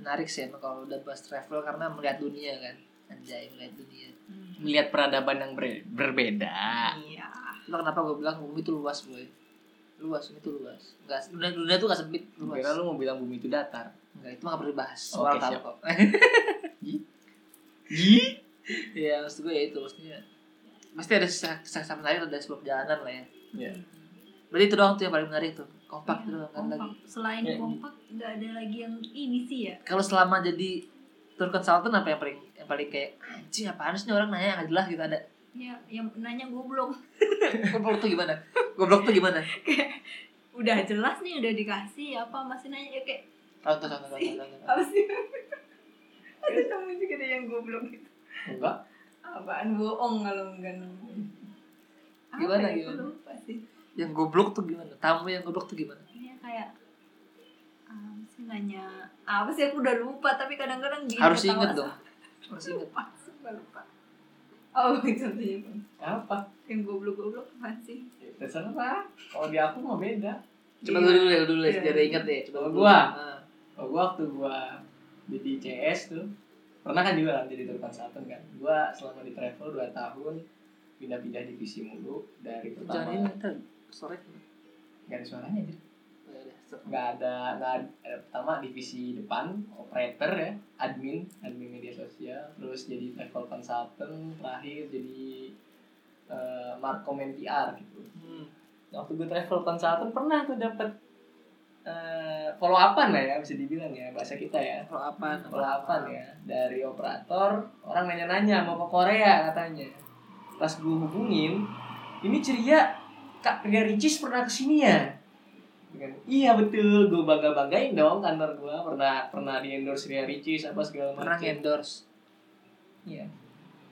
Speaker 1: menarik sih emang kalau udah bahas travel karena melihat dunia kan. Anjay melihat dunia.
Speaker 2: Hmm.
Speaker 1: Iya.
Speaker 4: melihat peradaban yang ber- berbeda
Speaker 2: iya
Speaker 1: Lo kenapa gue bilang bumi itu luas boy? Luas, bumi itu luas. Enggak, dunia, dunia tuh gak sempit, luas.
Speaker 4: kira lu mau bilang bumi itu datar
Speaker 1: Enggak, itu mah gak perlu dibahas.
Speaker 4: Oke,
Speaker 1: Soal hal
Speaker 4: siap.
Speaker 1: kok.
Speaker 4: Ji
Speaker 1: Iya, maksud gue ya itu maksudnya. Pasti ada kisah- kisah menarik ada sebuah perjalanan lah ya.
Speaker 4: Iya.
Speaker 1: Berarti itu doang tuh yang paling menarik tuh. Kompak itu
Speaker 2: Iya,
Speaker 1: doang kan lagi.
Speaker 2: kompak. selain
Speaker 4: Kayak-
Speaker 2: kompak nggak ada lagi yang ini sih ya
Speaker 1: Kalau selama jadi tour consultant apa yang paling yang paling kayak anjing apaan sih ini orang nanya nggak jelas gitu ada
Speaker 2: ya yang nanya goblok
Speaker 1: goblok tuh gimana goblok tuh gimana
Speaker 2: kayak udah jelas nih udah dikasih apa masih nanya ya kayak
Speaker 1: contoh contoh contoh, contoh.
Speaker 2: apa sih ada temen juga deh yang goblok gitu
Speaker 3: Enggak.
Speaker 2: apaan bohong kalau enggak nemu Apa
Speaker 1: Gimana,
Speaker 2: ya?
Speaker 1: gimana?
Speaker 2: Aku lupa sih
Speaker 1: yang goblok tuh gimana tamu yang goblok tuh gimana
Speaker 2: Iya kayak apa sih nanya apa sih aku udah lupa tapi kadang-kadang gini
Speaker 1: harus
Speaker 2: ketawa.
Speaker 1: inget dong harus inget
Speaker 2: lupa sumpah lupa oh contohnya apa?
Speaker 3: Apa?
Speaker 2: yang goblok-goblok apa sih
Speaker 3: Ya, Terserah. Kalau di aku mah beda.
Speaker 1: coba
Speaker 2: Iya.
Speaker 1: dulu dulu dulu dulu
Speaker 2: Iya.
Speaker 1: biar dia inget deh coba
Speaker 3: Kalau
Speaker 1: dulu.
Speaker 3: gua?
Speaker 1: Ah.
Speaker 3: Kalau Oh, gua waktu gua jadi CS tuh pernah kan juga lah jadi tour consultant kan. Gua selama di travel 2 tahun pindah-pindah divisi mulu dari
Speaker 1: jangan ini
Speaker 3: pertama
Speaker 1: ntar sore
Speaker 3: nggak ada suaranya aja
Speaker 1: Oh, ya udah, stop.
Speaker 3: nggak ada nggak ada- eh, pertama divisi depan operator ya admin admin media sosial terus jadi travel consultant terakhir jadi eh, markom MPR gitu
Speaker 1: Hmm.
Speaker 3: waktu gue travel consultant pernah tuh dapat eh follow upan lah ya bisa dibilang ya bahasa kita ya
Speaker 1: kalau apa
Speaker 3: follow upan ya dari operator orang nanya-nanya mau ke Korea katanya pas gue hubungin ini ceria kak Ria Ricis pernah kesini ya Dengan, iya betul gue bangga banggain dong kantor gue pernah pernah di endorse Ria Ricis apa segala macam
Speaker 1: pernah endorse
Speaker 3: iya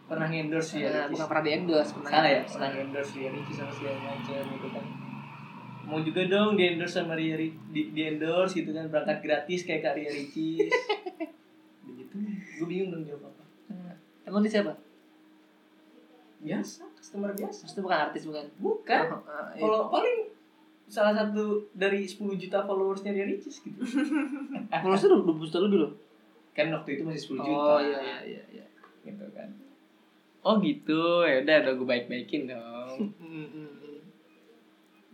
Speaker 3: pernah endorse Ria Ricis
Speaker 1: Iya, bukan pernah di endorse pernah
Speaker 3: salah ya
Speaker 1: nge-endorse.
Speaker 3: pernah endorse Ria Ricis sama segala macam gitu kan mau juga dong di endorse sama Ria Ri- di, di endorse gitu kan berangkat gratis kayak Kak Ria Ricis begitu gue bingung dong jawab apa
Speaker 1: emang dia siapa
Speaker 3: biasa customer biasa Eh.
Speaker 1: maksudnya bukan artis bukan
Speaker 3: bukan
Speaker 1: Oh, ah, iya.
Speaker 3: kalau paling salah satu dari 10 juta followersnya Ria Ricis gitu
Speaker 1: Followersnya udah dua juta lebih loh
Speaker 3: kan waktu itu masih 10 juta
Speaker 1: oh iya iya iya iya
Speaker 3: gitu kan
Speaker 4: oh gitu ya udah udah gue baik baikin dong
Speaker 1: Hmm, hmm, hmm.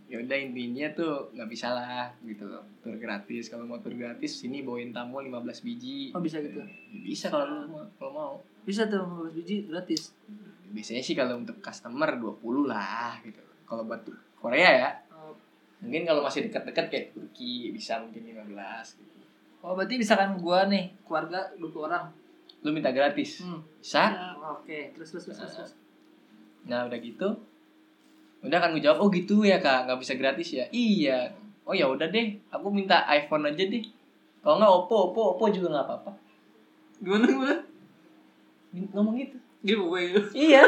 Speaker 4: ya udah intinya tuh nggak bisa lah gitu tur gratis kalau mau tur gratis sini bawain tamu 15 biji
Speaker 1: Oh, bisa gitu?
Speaker 4: Ya, bisa kalau lu mau- kalau mau
Speaker 1: bisa tuh 15 biji gratis
Speaker 4: biasanya sih kalau untuk customer 20 lah gitu kalau buat Korea ya
Speaker 1: Oh.
Speaker 4: mungkin kalau masih dekat-dekat kayak Turki bisa mungkin 15 gitu
Speaker 1: oh berarti misalkan gua nih keluarga 20 orang
Speaker 4: lu minta gratis
Speaker 1: hmm. Ah.
Speaker 4: bisa
Speaker 1: oke terus terus terus terus, terus
Speaker 4: nah udah gitu udah kan gue jawab oh gitu ya kak nggak bisa gratis ya iya oh ya udah deh aku minta iPhone aja deh kalau nggak Oppo Oppo Oppo juga nggak apa-apa
Speaker 1: gimana gimana
Speaker 4: ngomong gitu
Speaker 1: giveaway
Speaker 4: iya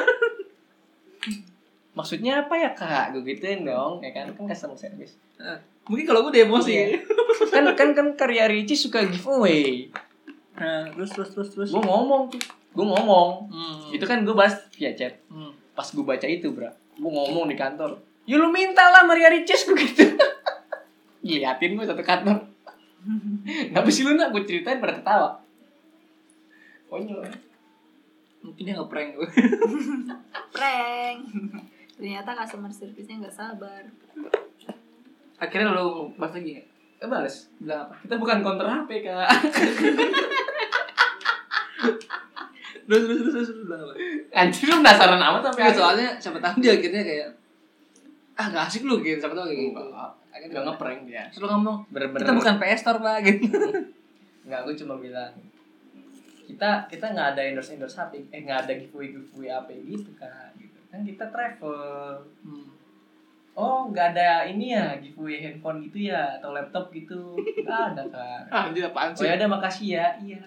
Speaker 4: maksudnya apa ya kak gue gituin dong ya kan kan customer service
Speaker 1: mungkin kalau gue udah emosi
Speaker 4: Iya. kan kan kan karya Ricci suka giveaway
Speaker 1: nah terus terus terus terus
Speaker 4: gue ngomong tuh gue ngomong
Speaker 1: hmm.
Speaker 3: kan
Speaker 4: itu kan gue bahas via chat
Speaker 1: hmm.
Speaker 4: pas gue baca itu bro
Speaker 3: gue ngomong di kantor ya lu minta lah Maria Ricis gue gitu ngeliatin gue satu kantor
Speaker 2: Iya.
Speaker 3: kenapa sih lu nak gue ceritain pada ketawa konyol
Speaker 1: mungkin dia ngeprank gue
Speaker 2: prank ternyata customer service-nya nggak sabar
Speaker 1: akhirnya lu pas lagi nggak?
Speaker 3: eh, bales
Speaker 1: bilang apa
Speaker 3: kita bukan counter HP kak
Speaker 1: terus terus terus terus lu bilang apa
Speaker 3: anjir lu penasaran
Speaker 4: Iya,
Speaker 3: amat sampai
Speaker 1: Nggak,
Speaker 3: akhir.
Speaker 1: kan soalnya siapa tahu dia akhirnya kayak ah nggak asik lu gitu siapa tahu kayak gitu
Speaker 3: Enggak.
Speaker 1: akhirnya
Speaker 3: Gak ngeprank dia
Speaker 1: terus lu ngomong
Speaker 3: Bener-bener
Speaker 1: kita bukan PS Store pak gitu
Speaker 3: Enggak, gue cuma bilang kita kita nggak ada endorse endorse HP eh nggak ada giveaway giveaway apa gitu kak gitu kan kita travel
Speaker 1: Hmm.
Speaker 3: oh nggak ada ini ya giveaway handphone gitu ya atau laptop gitu nggak ada kak
Speaker 1: ah dia apaan
Speaker 3: oh ya udah makasih ya iya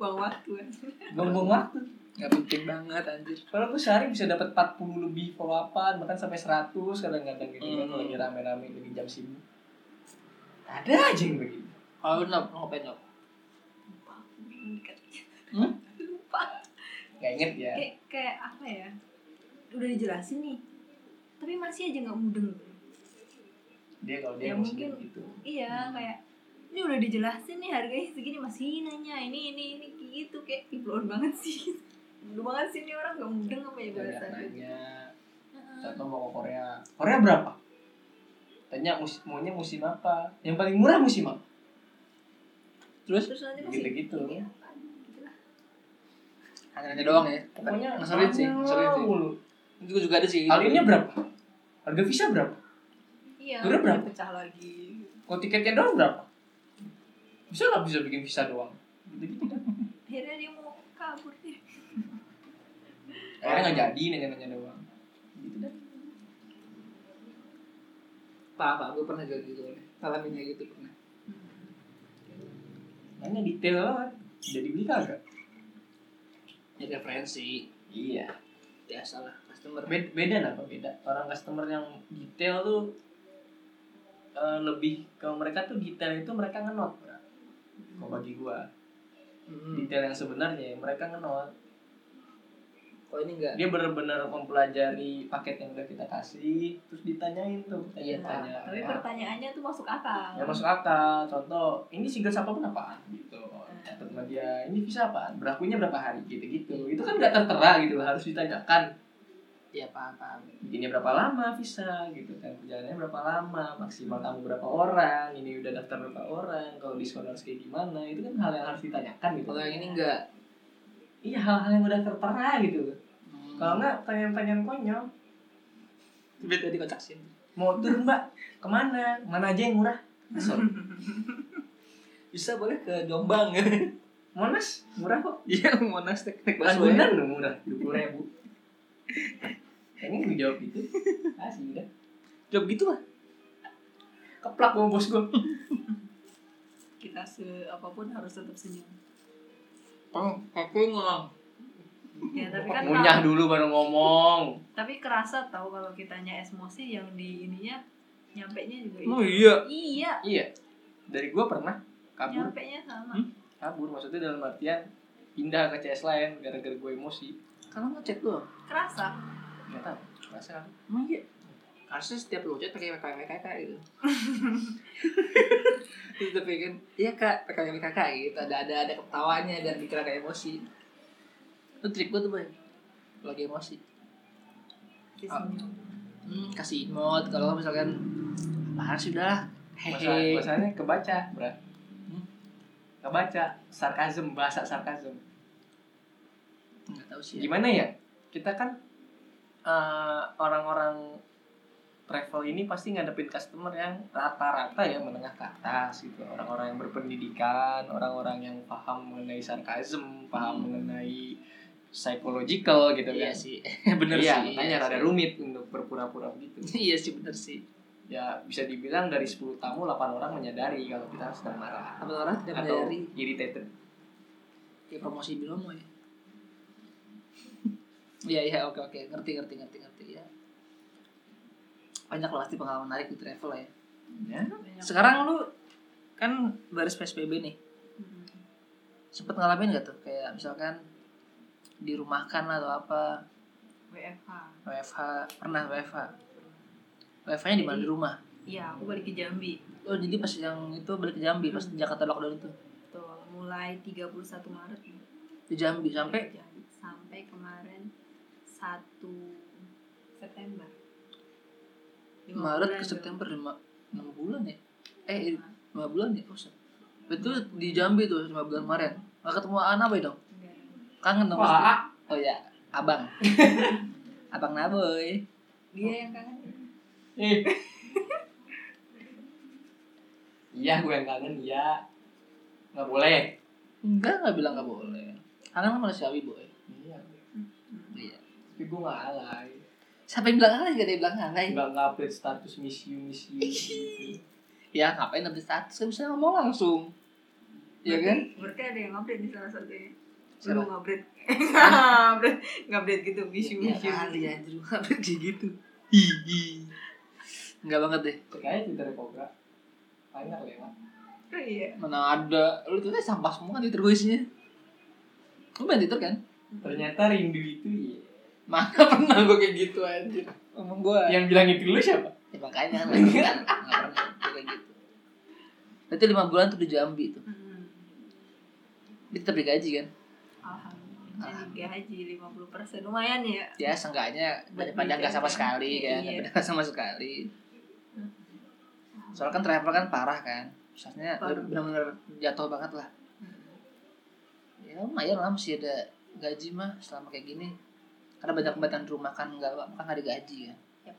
Speaker 2: buang waktu
Speaker 3: buang-buang waktu
Speaker 1: nggak penting banget anjir
Speaker 3: kalau gue sehari bisa dapat 40 lebih follow upan bahkan sampai 100 kadang-kadang gitu kan
Speaker 1: Hmm.
Speaker 3: lagi rame-rame lagi jam sibuk ada aja yang begitu
Speaker 1: kalau lu nap ngapain nap
Speaker 3: Hmm?
Speaker 2: kan. lupa
Speaker 3: nggak inget ya
Speaker 2: kayak kayak apa ya udah dijelasin nih tapi masih aja nggak mudeng
Speaker 3: dia kalau dia
Speaker 2: Ya,
Speaker 3: emosi
Speaker 2: mungkin.
Speaker 3: gitu
Speaker 2: iya kayak ini udah dijelasin nih harganya segini masih nanya ini ini ini gitu kayak iblon banget sih Bodoh banget sih ini orang nggak mudeng apa ya
Speaker 3: Dia
Speaker 2: bahasa
Speaker 3: nanya Contoh mau ke Korea. Korea berapa? Tanya mus maunya musim apa? Yang paling murah musim apa?
Speaker 1: terus
Speaker 2: terus nanti masih
Speaker 3: Gitu-gitu.
Speaker 1: hanya nanya doang ya
Speaker 3: Pokoknya
Speaker 1: ngeselin sih
Speaker 3: nanya
Speaker 1: ngeselin sih
Speaker 3: mulu.
Speaker 1: itu gue juga ada sih
Speaker 3: Aliennya berapa? Harga visa berapa?
Speaker 2: iya
Speaker 3: Udah berapa?
Speaker 2: pecah lagi
Speaker 3: Kok tiketnya doang berapa? Bisa nggak bisa bikin visa doang? Gitu-gitu.
Speaker 2: akhirnya dia mau kabur deh
Speaker 3: Akhirnya nggak jadi nanya-nanya doang. Gitu dah.
Speaker 1: apa apa gue pernah juga gitu ngalamin kayak gitu pernah
Speaker 3: Nanya detail banget. Jadi beli kagak?
Speaker 1: jadi referensi
Speaker 3: Iya.
Speaker 1: biasa lah customer
Speaker 3: Beda, beda apa beda? Orang customer yang detail tuh eh, lebih ke mereka tuh detail itu mereka ngenot. Bra. Kalau bagi gua.
Speaker 1: Hmm.
Speaker 3: detail yang sebenarnya mereka ngenot
Speaker 1: kalau ini enggak
Speaker 3: dia benar-benar mempelajari paket yang udah kita kasih terus ditanyain tuh tanya
Speaker 1: Iya,
Speaker 3: tanya
Speaker 2: tapi pertanyaannya tuh masuk akal
Speaker 3: ya masuk akal contoh ini single siapa pun apaan gitu
Speaker 1: Hmm.
Speaker 3: catat sama dia ini bisa apaan berlakunya berapa hari gitu gitu itu kan nggak tertera gitu loh harus ditanyakan
Speaker 1: ya paham paham
Speaker 3: bikinnya berapa lama visa gitu kan perjalanannya berapa lama maksimal tamu berapa orang ini udah daftar berapa orang kalau diskon harus kayak gimana itu kan hal yang harus ditanyakan gitu
Speaker 1: kalau yang ini enggak
Speaker 3: iya hal-hal yang udah tertera gitu loh
Speaker 1: Hmm.
Speaker 3: kalau nggak pertanyaan-pertanyaan konyol
Speaker 1: Tapi tadi kocaksin
Speaker 3: mau tur mbak kemana mana aja yang murah Kesel.
Speaker 1: bisa boleh ke Jombang
Speaker 3: monas murah kok
Speaker 1: iya monas tek tek
Speaker 3: Ragunan loh murah dua puluh ribu kayaknya gue jawab gitu asli udah
Speaker 1: job gitu lah
Speaker 3: keplak sama bos gue
Speaker 2: kita se apapun harus tetap senyum
Speaker 1: oh aku ngomong
Speaker 2: ya tapi kan
Speaker 3: ngunyah dulu baru ngomong
Speaker 2: tapi kerasa tahu kalau kitanya emosi yang di ininya nyampe nya juga itu.
Speaker 1: oh iya
Speaker 2: iya
Speaker 3: iya dari gue pernah kabur
Speaker 2: nyampe nya sama
Speaker 1: Hmm?
Speaker 3: kabur maksudnya dalam artian pindah ke CS lain gara-gara gue emosi
Speaker 1: kalau ngechat doang
Speaker 2: kerasa
Speaker 3: nggak tahu rasa
Speaker 1: emang iya harusnya setiap lo chat pakai PKWKK gitu terus dia pengen iya kak PKWKK gitu ada ada ada ketawanya dan dikira kayak emosi itu trik gue tuh bang lagi emosi
Speaker 2: disenyum
Speaker 1: hmm, kasih emot kalau nggak misalkan apaan sih udah
Speaker 3: bahasa
Speaker 1: hehe
Speaker 3: bahasanya kebaca bra
Speaker 1: Hmm?
Speaker 3: kebaca sarkasm bahasa sarkasm
Speaker 1: nggak tahu sih ya.
Speaker 3: gimana ya kita kan eh, orang-orang travel ini pasti ngadepin customer yang rata-rata ya menengah ke atas gitu orang-orang yang berpendidikan orang-orang yang paham mengenai sarkasm
Speaker 1: Hmm.
Speaker 3: paham mengenai psychological gitu
Speaker 1: iya
Speaker 3: kan
Speaker 1: sih
Speaker 3: bener
Speaker 1: bener
Speaker 3: iya,
Speaker 1: sih
Speaker 3: makanya
Speaker 1: iya
Speaker 3: rada
Speaker 1: sih.
Speaker 3: rumit untuk berpura-pura begitu
Speaker 1: iya sih bener sih
Speaker 3: ya bisa dibilang dari 10 tamu 8 orang menyadari kalau kita sedang marah
Speaker 1: apa orang tidak
Speaker 3: atau
Speaker 1: menyadari
Speaker 3: irritated
Speaker 1: ya promosi binomo ya iya iya oke oke ngerti ngerti ngerti ngerti ya banyak lah pasti pengalaman menarik di travel lah ya
Speaker 3: ya
Speaker 2: banyak
Speaker 1: sekarang lu kan baris psbb nih
Speaker 2: Hmm.
Speaker 1: sempet ngalamin gak tuh kayak misalkan dirumahkan lah atau apa
Speaker 2: WFH
Speaker 1: WFH pernah WFH WFH-nya di mana di rumah
Speaker 2: iya aku balik ke Jambi
Speaker 1: oh jadi pas yang itu balik ke Jambi pas
Speaker 2: Hmm.
Speaker 1: Jakarta lockdown itu
Speaker 2: tuh mulai 31 Maret ya.
Speaker 1: di Jambi sampai
Speaker 2: Jambi. sampai kemarin 1 September Lima
Speaker 1: Maret
Speaker 2: bulan
Speaker 1: ke
Speaker 2: dong.
Speaker 1: September lima enam bulan ya eh
Speaker 2: Nah,
Speaker 1: lima bulan ya oh, itu di Jambi tuh lima bulan kemarin nggak ketemu anak boy dong
Speaker 2: enggak.
Speaker 1: kangen dong pasti.
Speaker 3: Wah,
Speaker 1: oh ya abang abang naboy
Speaker 2: dia yang kangen
Speaker 3: ih. Iya, gue yang kangen, iya. Nggak boleh.
Speaker 1: enggak nggak bilang nggak boleh kangen kan manusiawi boy
Speaker 3: Iya,
Speaker 2: Hmm.
Speaker 1: iya
Speaker 3: tapi gue nggak alay.
Speaker 1: siapa yang bilang alay gak ada yang bilang ya? alay
Speaker 3: Nggak nggak update status miss you, miss you gitu.
Speaker 1: ya ngapain update status kan bisa ngomong langsung ya
Speaker 2: Berarti-
Speaker 1: kan
Speaker 2: Berarti ada yang update di salah satunya.
Speaker 1: Siapa?
Speaker 2: Lu ngupdate. Ngupdate, ngupdate gitu, miss you,
Speaker 1: ya
Speaker 2: miss you.
Speaker 1: kali anjir update kayak gitu hihi enggak banget deh
Speaker 3: Cek aja Twitter Cobra. Paling nggak lewat.
Speaker 2: Oh iya.
Speaker 1: mana ada lu tuh sampah semua kan Twitter gue isinya lu main Twitter kan
Speaker 3: Ternyata rindu itu iya.
Speaker 1: mana pernah gue kayak gitu anjir ngomong gue
Speaker 3: Yang bilang itu lu siapa?
Speaker 1: ya makanya kan nggak pernah gue kayak gitu berarti lima bulan tuh di Jambi tuh
Speaker 2: Hmm.
Speaker 1: dia tetap digaji kan
Speaker 2: Alhamdulillah. Jadi gaji 50% lumayan ya.
Speaker 1: ya seenggaknya daripada nggak sama sekali kan
Speaker 2: Iya.
Speaker 1: daripada nggak sama sekali soalnya kan travel kan parah kan misalnya
Speaker 2: Parah.
Speaker 1: benar-benar jatuh banget lah
Speaker 2: Hmm.
Speaker 1: ya lumayan lah masih ada gaji mah selama kayak gini karena banyak bantuan rumah kan nggak makan nggak ada gaji kan
Speaker 2: Yap.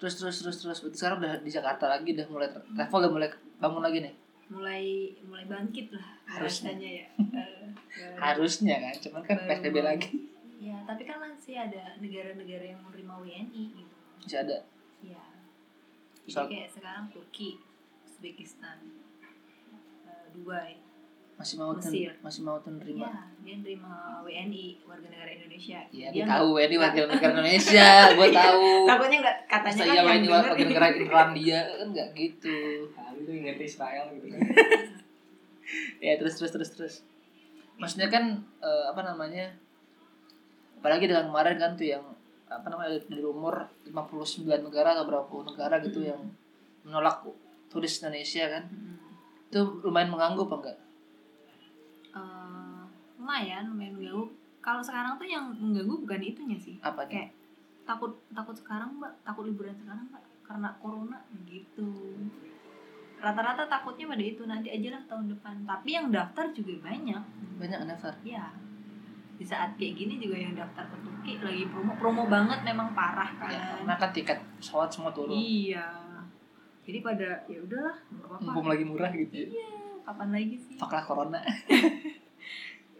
Speaker 1: terus terus terus terus berarti sekarang udah di Jakarta lagi udah mulai tra- travel udah mulai bangun lagi nih
Speaker 2: Mulai mulai bangkit lah
Speaker 1: Harusnya.
Speaker 2: rasanya ya. Eh, baru-
Speaker 1: harusnya kan cuman kan
Speaker 2: baru-
Speaker 1: PSBB lagi
Speaker 2: Ya, tapi kan masih ada negara-negara yang menerima WNI gitu.
Speaker 1: masih ada
Speaker 2: Iya. Jadi
Speaker 1: Misal-
Speaker 2: kayak sekarang Turki, Uzbekistan, eh, Dubai.
Speaker 1: masih mau ten-
Speaker 2: Mesir.
Speaker 1: masih mau terima
Speaker 2: Iya, dia nerima WNI warga negara Indonesia.
Speaker 1: Iya,
Speaker 2: dia
Speaker 1: dia tahu ini warga negara Indonesia, gue tahu.
Speaker 2: Takutnya enggak Iya. katanya
Speaker 1: Masa
Speaker 2: kan
Speaker 1: iya
Speaker 2: yang
Speaker 1: ini
Speaker 2: denger-
Speaker 1: warga negara Irlandia kan nggak gitu.
Speaker 3: Kali tuh ngerti Israel gitu.
Speaker 1: Ya terus terus terus terus. Maksudnya kan eh, apa namanya? Apalagi dengan kemarin kan tuh yang apa namanya ada di umur 59 negara atau berapa puluh negara
Speaker 2: Hmm.
Speaker 1: gitu yang menolak turis Indonesia kan.
Speaker 2: Mm.
Speaker 1: Itu lumayan mengganggu apa enggak?
Speaker 2: Eh, lumayan, lumayan mengganggu. Kalau sekarang tuh yang mengganggu bukan itunya sih.
Speaker 1: Apa
Speaker 2: Kayak takut takut sekarang, Mbak. Takut liburan sekarang, Mbak. Karena corona gitu. Rata-rata takutnya pada itu nanti aja lah tahun depan. Tapi yang daftar juga banyak.
Speaker 1: banyak never.
Speaker 2: Ya. Di saat kayak gini juga yang daftar ke Turki lagi promo promo banget memang parah kan.
Speaker 1: Ya, karena kan tiket pesawat semua turun.
Speaker 2: Iya. Jadi pada ya udahlah, nggak apa-apa.
Speaker 1: Mumpung lagi murah gitu. ya.
Speaker 2: Kapan lagi sih?
Speaker 1: Fuck lah corona.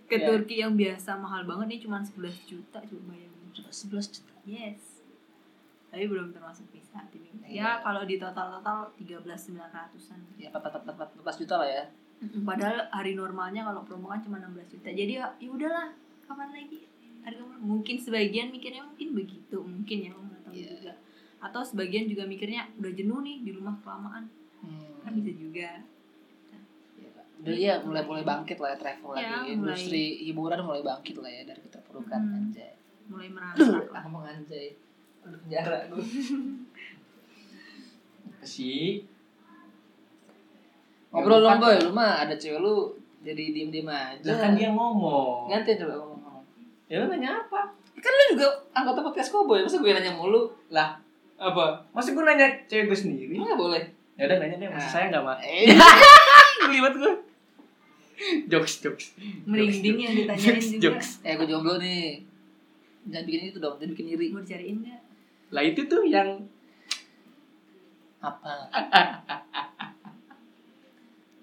Speaker 2: Ke
Speaker 1: Ya.
Speaker 2: Turki yang biasa mahal banget nih cuma 11 juta coba bayangin.
Speaker 1: 11 juta.
Speaker 2: Yes. Tapi belum termasuk visa ini.
Speaker 1: Iya.
Speaker 2: Ya kalau di total-total 13.900-an.
Speaker 1: Ya 14 14 juta lah ya.
Speaker 2: Mm-mm, Padahal hari normalnya kalau promo kan cuma 16 juta. Jadi ya ya udahlah, kapan lagi? Harga murah. Mungkin sebagian mikirnya mungkin begitu, mungkin ya nggak tahu
Speaker 1: Iya.
Speaker 2: juga. Atau sebagian juga mikirnya udah jenuh nih di rumah kelamaan. Kan
Speaker 1: Hmm.
Speaker 2: bisa juga.
Speaker 1: Udah iya mulai mulai bangkit lah ya travel
Speaker 2: Ya,
Speaker 1: lagi
Speaker 2: mulai. Hmm.
Speaker 1: industri hiburan mulai bangkit lah ya dari keterpurukan
Speaker 2: Mm-mm.
Speaker 1: anjay.
Speaker 2: Mulai merasa "Ah,
Speaker 1: Aduh, ngomong anjay. Aduh, penjara gue.
Speaker 3: Si
Speaker 1: Ngobrol dong boy, lu mah ada cewek lu jadi diem diem aja.
Speaker 3: Lah kan dia ngomong.
Speaker 1: Ganti coba ngomong.
Speaker 3: Ya lu nanya apa?
Speaker 1: Kan lu juga anggota podcast Cowboy, masa gue nanya mulu?
Speaker 3: Lah, apa? Masa gue nanya cewek gue sendiri?
Speaker 1: Emang gak boleh?
Speaker 3: Ya udah nanya deh, masa
Speaker 1: Ah.
Speaker 3: saya enggak mah.
Speaker 1: Eh,
Speaker 3: Geli banget gue. Jokes, jokes.
Speaker 2: merinding yang ditanyain
Speaker 3: Jokes,
Speaker 2: juga.
Speaker 3: jokes.
Speaker 1: eh gue jomblo nih. Jangan bikin itu dong, jangan bikin iri.
Speaker 2: Mau dicariin nggak?
Speaker 3: Lah itu tuh yang
Speaker 1: Apa?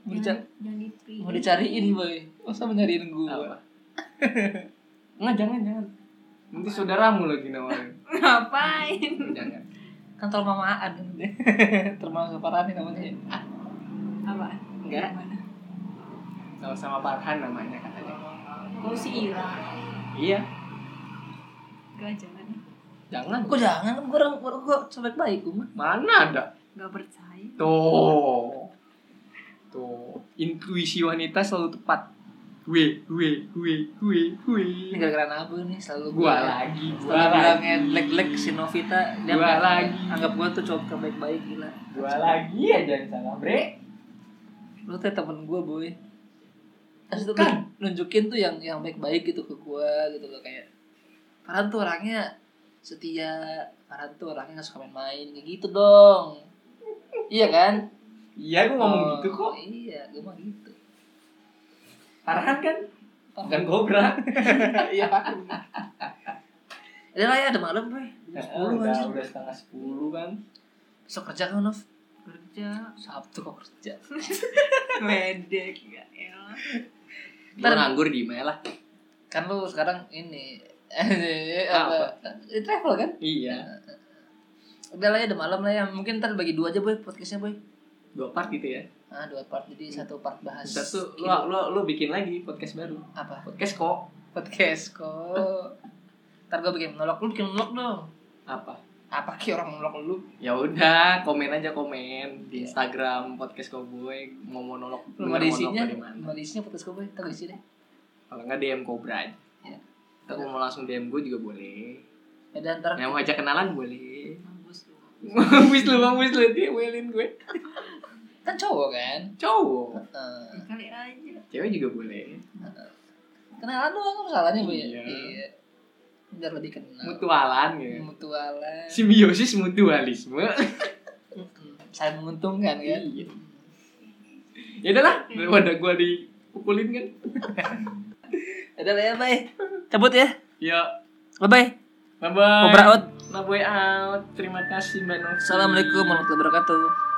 Speaker 1: Mau
Speaker 2: Jangan,
Speaker 1: dica-
Speaker 2: jangan dicariin.
Speaker 1: mau dicariin boy, masa mau nyariin gue?
Speaker 3: apa? Enggak, jangan, jangan. Nanti saudaramu lagi nawarin.
Speaker 2: Ngapain?
Speaker 3: jangan.
Speaker 1: kan trauma maaan trauma parah nih namanya ya.
Speaker 3: Iya.
Speaker 2: Apa?
Speaker 1: enggak
Speaker 2: Mana?
Speaker 3: Sama-sama Farhan namanya katanya.
Speaker 2: Mau si Ira.
Speaker 3: Iya,
Speaker 2: Gak jangan.
Speaker 3: jangan.
Speaker 1: kok jangan kan gue orang gue gue sebaik baik gue mah
Speaker 3: Mana ada?
Speaker 2: Gak percaya.
Speaker 3: Tuh. Tuh, intuisi wanita selalu tepat. gue gue gue gue gue
Speaker 1: Ini gara-gara apa nih selalu
Speaker 3: gua lagi Iya. gua
Speaker 1: Gua
Speaker 3: lagi
Speaker 1: bilangnya black-black si Novita dia
Speaker 3: Gua
Speaker 1: bilang,
Speaker 3: lagi.
Speaker 1: anggap gua tuh cowok terbaik-baik gila.
Speaker 3: gua lagi aja yang salah bre
Speaker 1: Lu tuh temen gua, boy. Terus tuh
Speaker 3: Bukan.
Speaker 1: nun- nunjukin tuh yang yang baik-baik gitu ke gua gitu loh kayak Farhan tuh orangnya setia, Farhan tuh orangnya gak suka main-main kayak gitu dong. iya kan?
Speaker 3: iya gua ngomong
Speaker 1: Oh,
Speaker 3: gitu kok
Speaker 1: Iya, gua mah gitu.
Speaker 3: Farhan kan bukan kobra
Speaker 5: Iya.
Speaker 1: Udah lah ya, ada malam, boy. Jam 10
Speaker 3: udah
Speaker 1: anjir.
Speaker 3: Eh, udah setengah sepuluh kan
Speaker 1: Besok kerja kan, Nov?
Speaker 2: kerja
Speaker 1: Sabtu kok kerja.
Speaker 2: ledek ya elah.
Speaker 1: Ntar-
Speaker 3: Gua nganggur di mana lah
Speaker 1: Kan lu sekarang ini
Speaker 3: Apa?
Speaker 1: apa? Eh, Travel kan?
Speaker 3: iya
Speaker 1: Udah lah ya, udah malam lah ya. Mungkin ntar bagi dua aja, boy, podcastnya, boy.
Speaker 3: dua part gitu ya
Speaker 1: Ah, dua part. Jadi satu part bahas.
Speaker 3: Iya. Ntar tuh lu,
Speaker 1: kehidupan-
Speaker 3: lu, lu bikin lagi podcast baru
Speaker 1: apa?
Speaker 3: podcast kok
Speaker 1: Podcast kok. ntar gue bikin monolog lu bikin monolog dong.
Speaker 3: apa
Speaker 1: Apa ki orang monolog lu?
Speaker 3: ya udah komen aja komen di Instagram podcast Cowboy mau monolog
Speaker 1: Lu Iya. mau ada
Speaker 3: dengar monolog
Speaker 1: isinya?
Speaker 3: dari mana.
Speaker 1: Mau ada isinya podcast gue, boy. Ntar gue isi deh.
Speaker 3: kalau nggak DM Cobra aja
Speaker 1: Iya.
Speaker 3: Atau kalau mau langsung DM gue juga boleh
Speaker 1: Ya, dan ntar
Speaker 3: yang mau ajak kenalan boleh
Speaker 2: Mampus lu.
Speaker 3: wis lu bang wis lu dia welin gue
Speaker 1: kan cowok kan.
Speaker 3: cowok
Speaker 1: Eh,
Speaker 2: Ya kali aja
Speaker 3: cewek juga boleh
Speaker 1: kenalan doang apa salahnya boy
Speaker 3: Iya.
Speaker 1: biar lebih kenal
Speaker 3: mutualan ya
Speaker 1: mutualan
Speaker 3: simbiosis mutualisme
Speaker 1: Mm-mm. saling menguntungkan kan
Speaker 3: iya ya udahlah daripada gue dipukulin kan
Speaker 1: udah lah ya bye cabut ya
Speaker 3: ya
Speaker 1: bye bye
Speaker 3: bye bye
Speaker 1: Cobra out
Speaker 3: Bye-bye out terima kasih mbak Novi
Speaker 1: assalamualaikum warahmatullahi wabarakatuh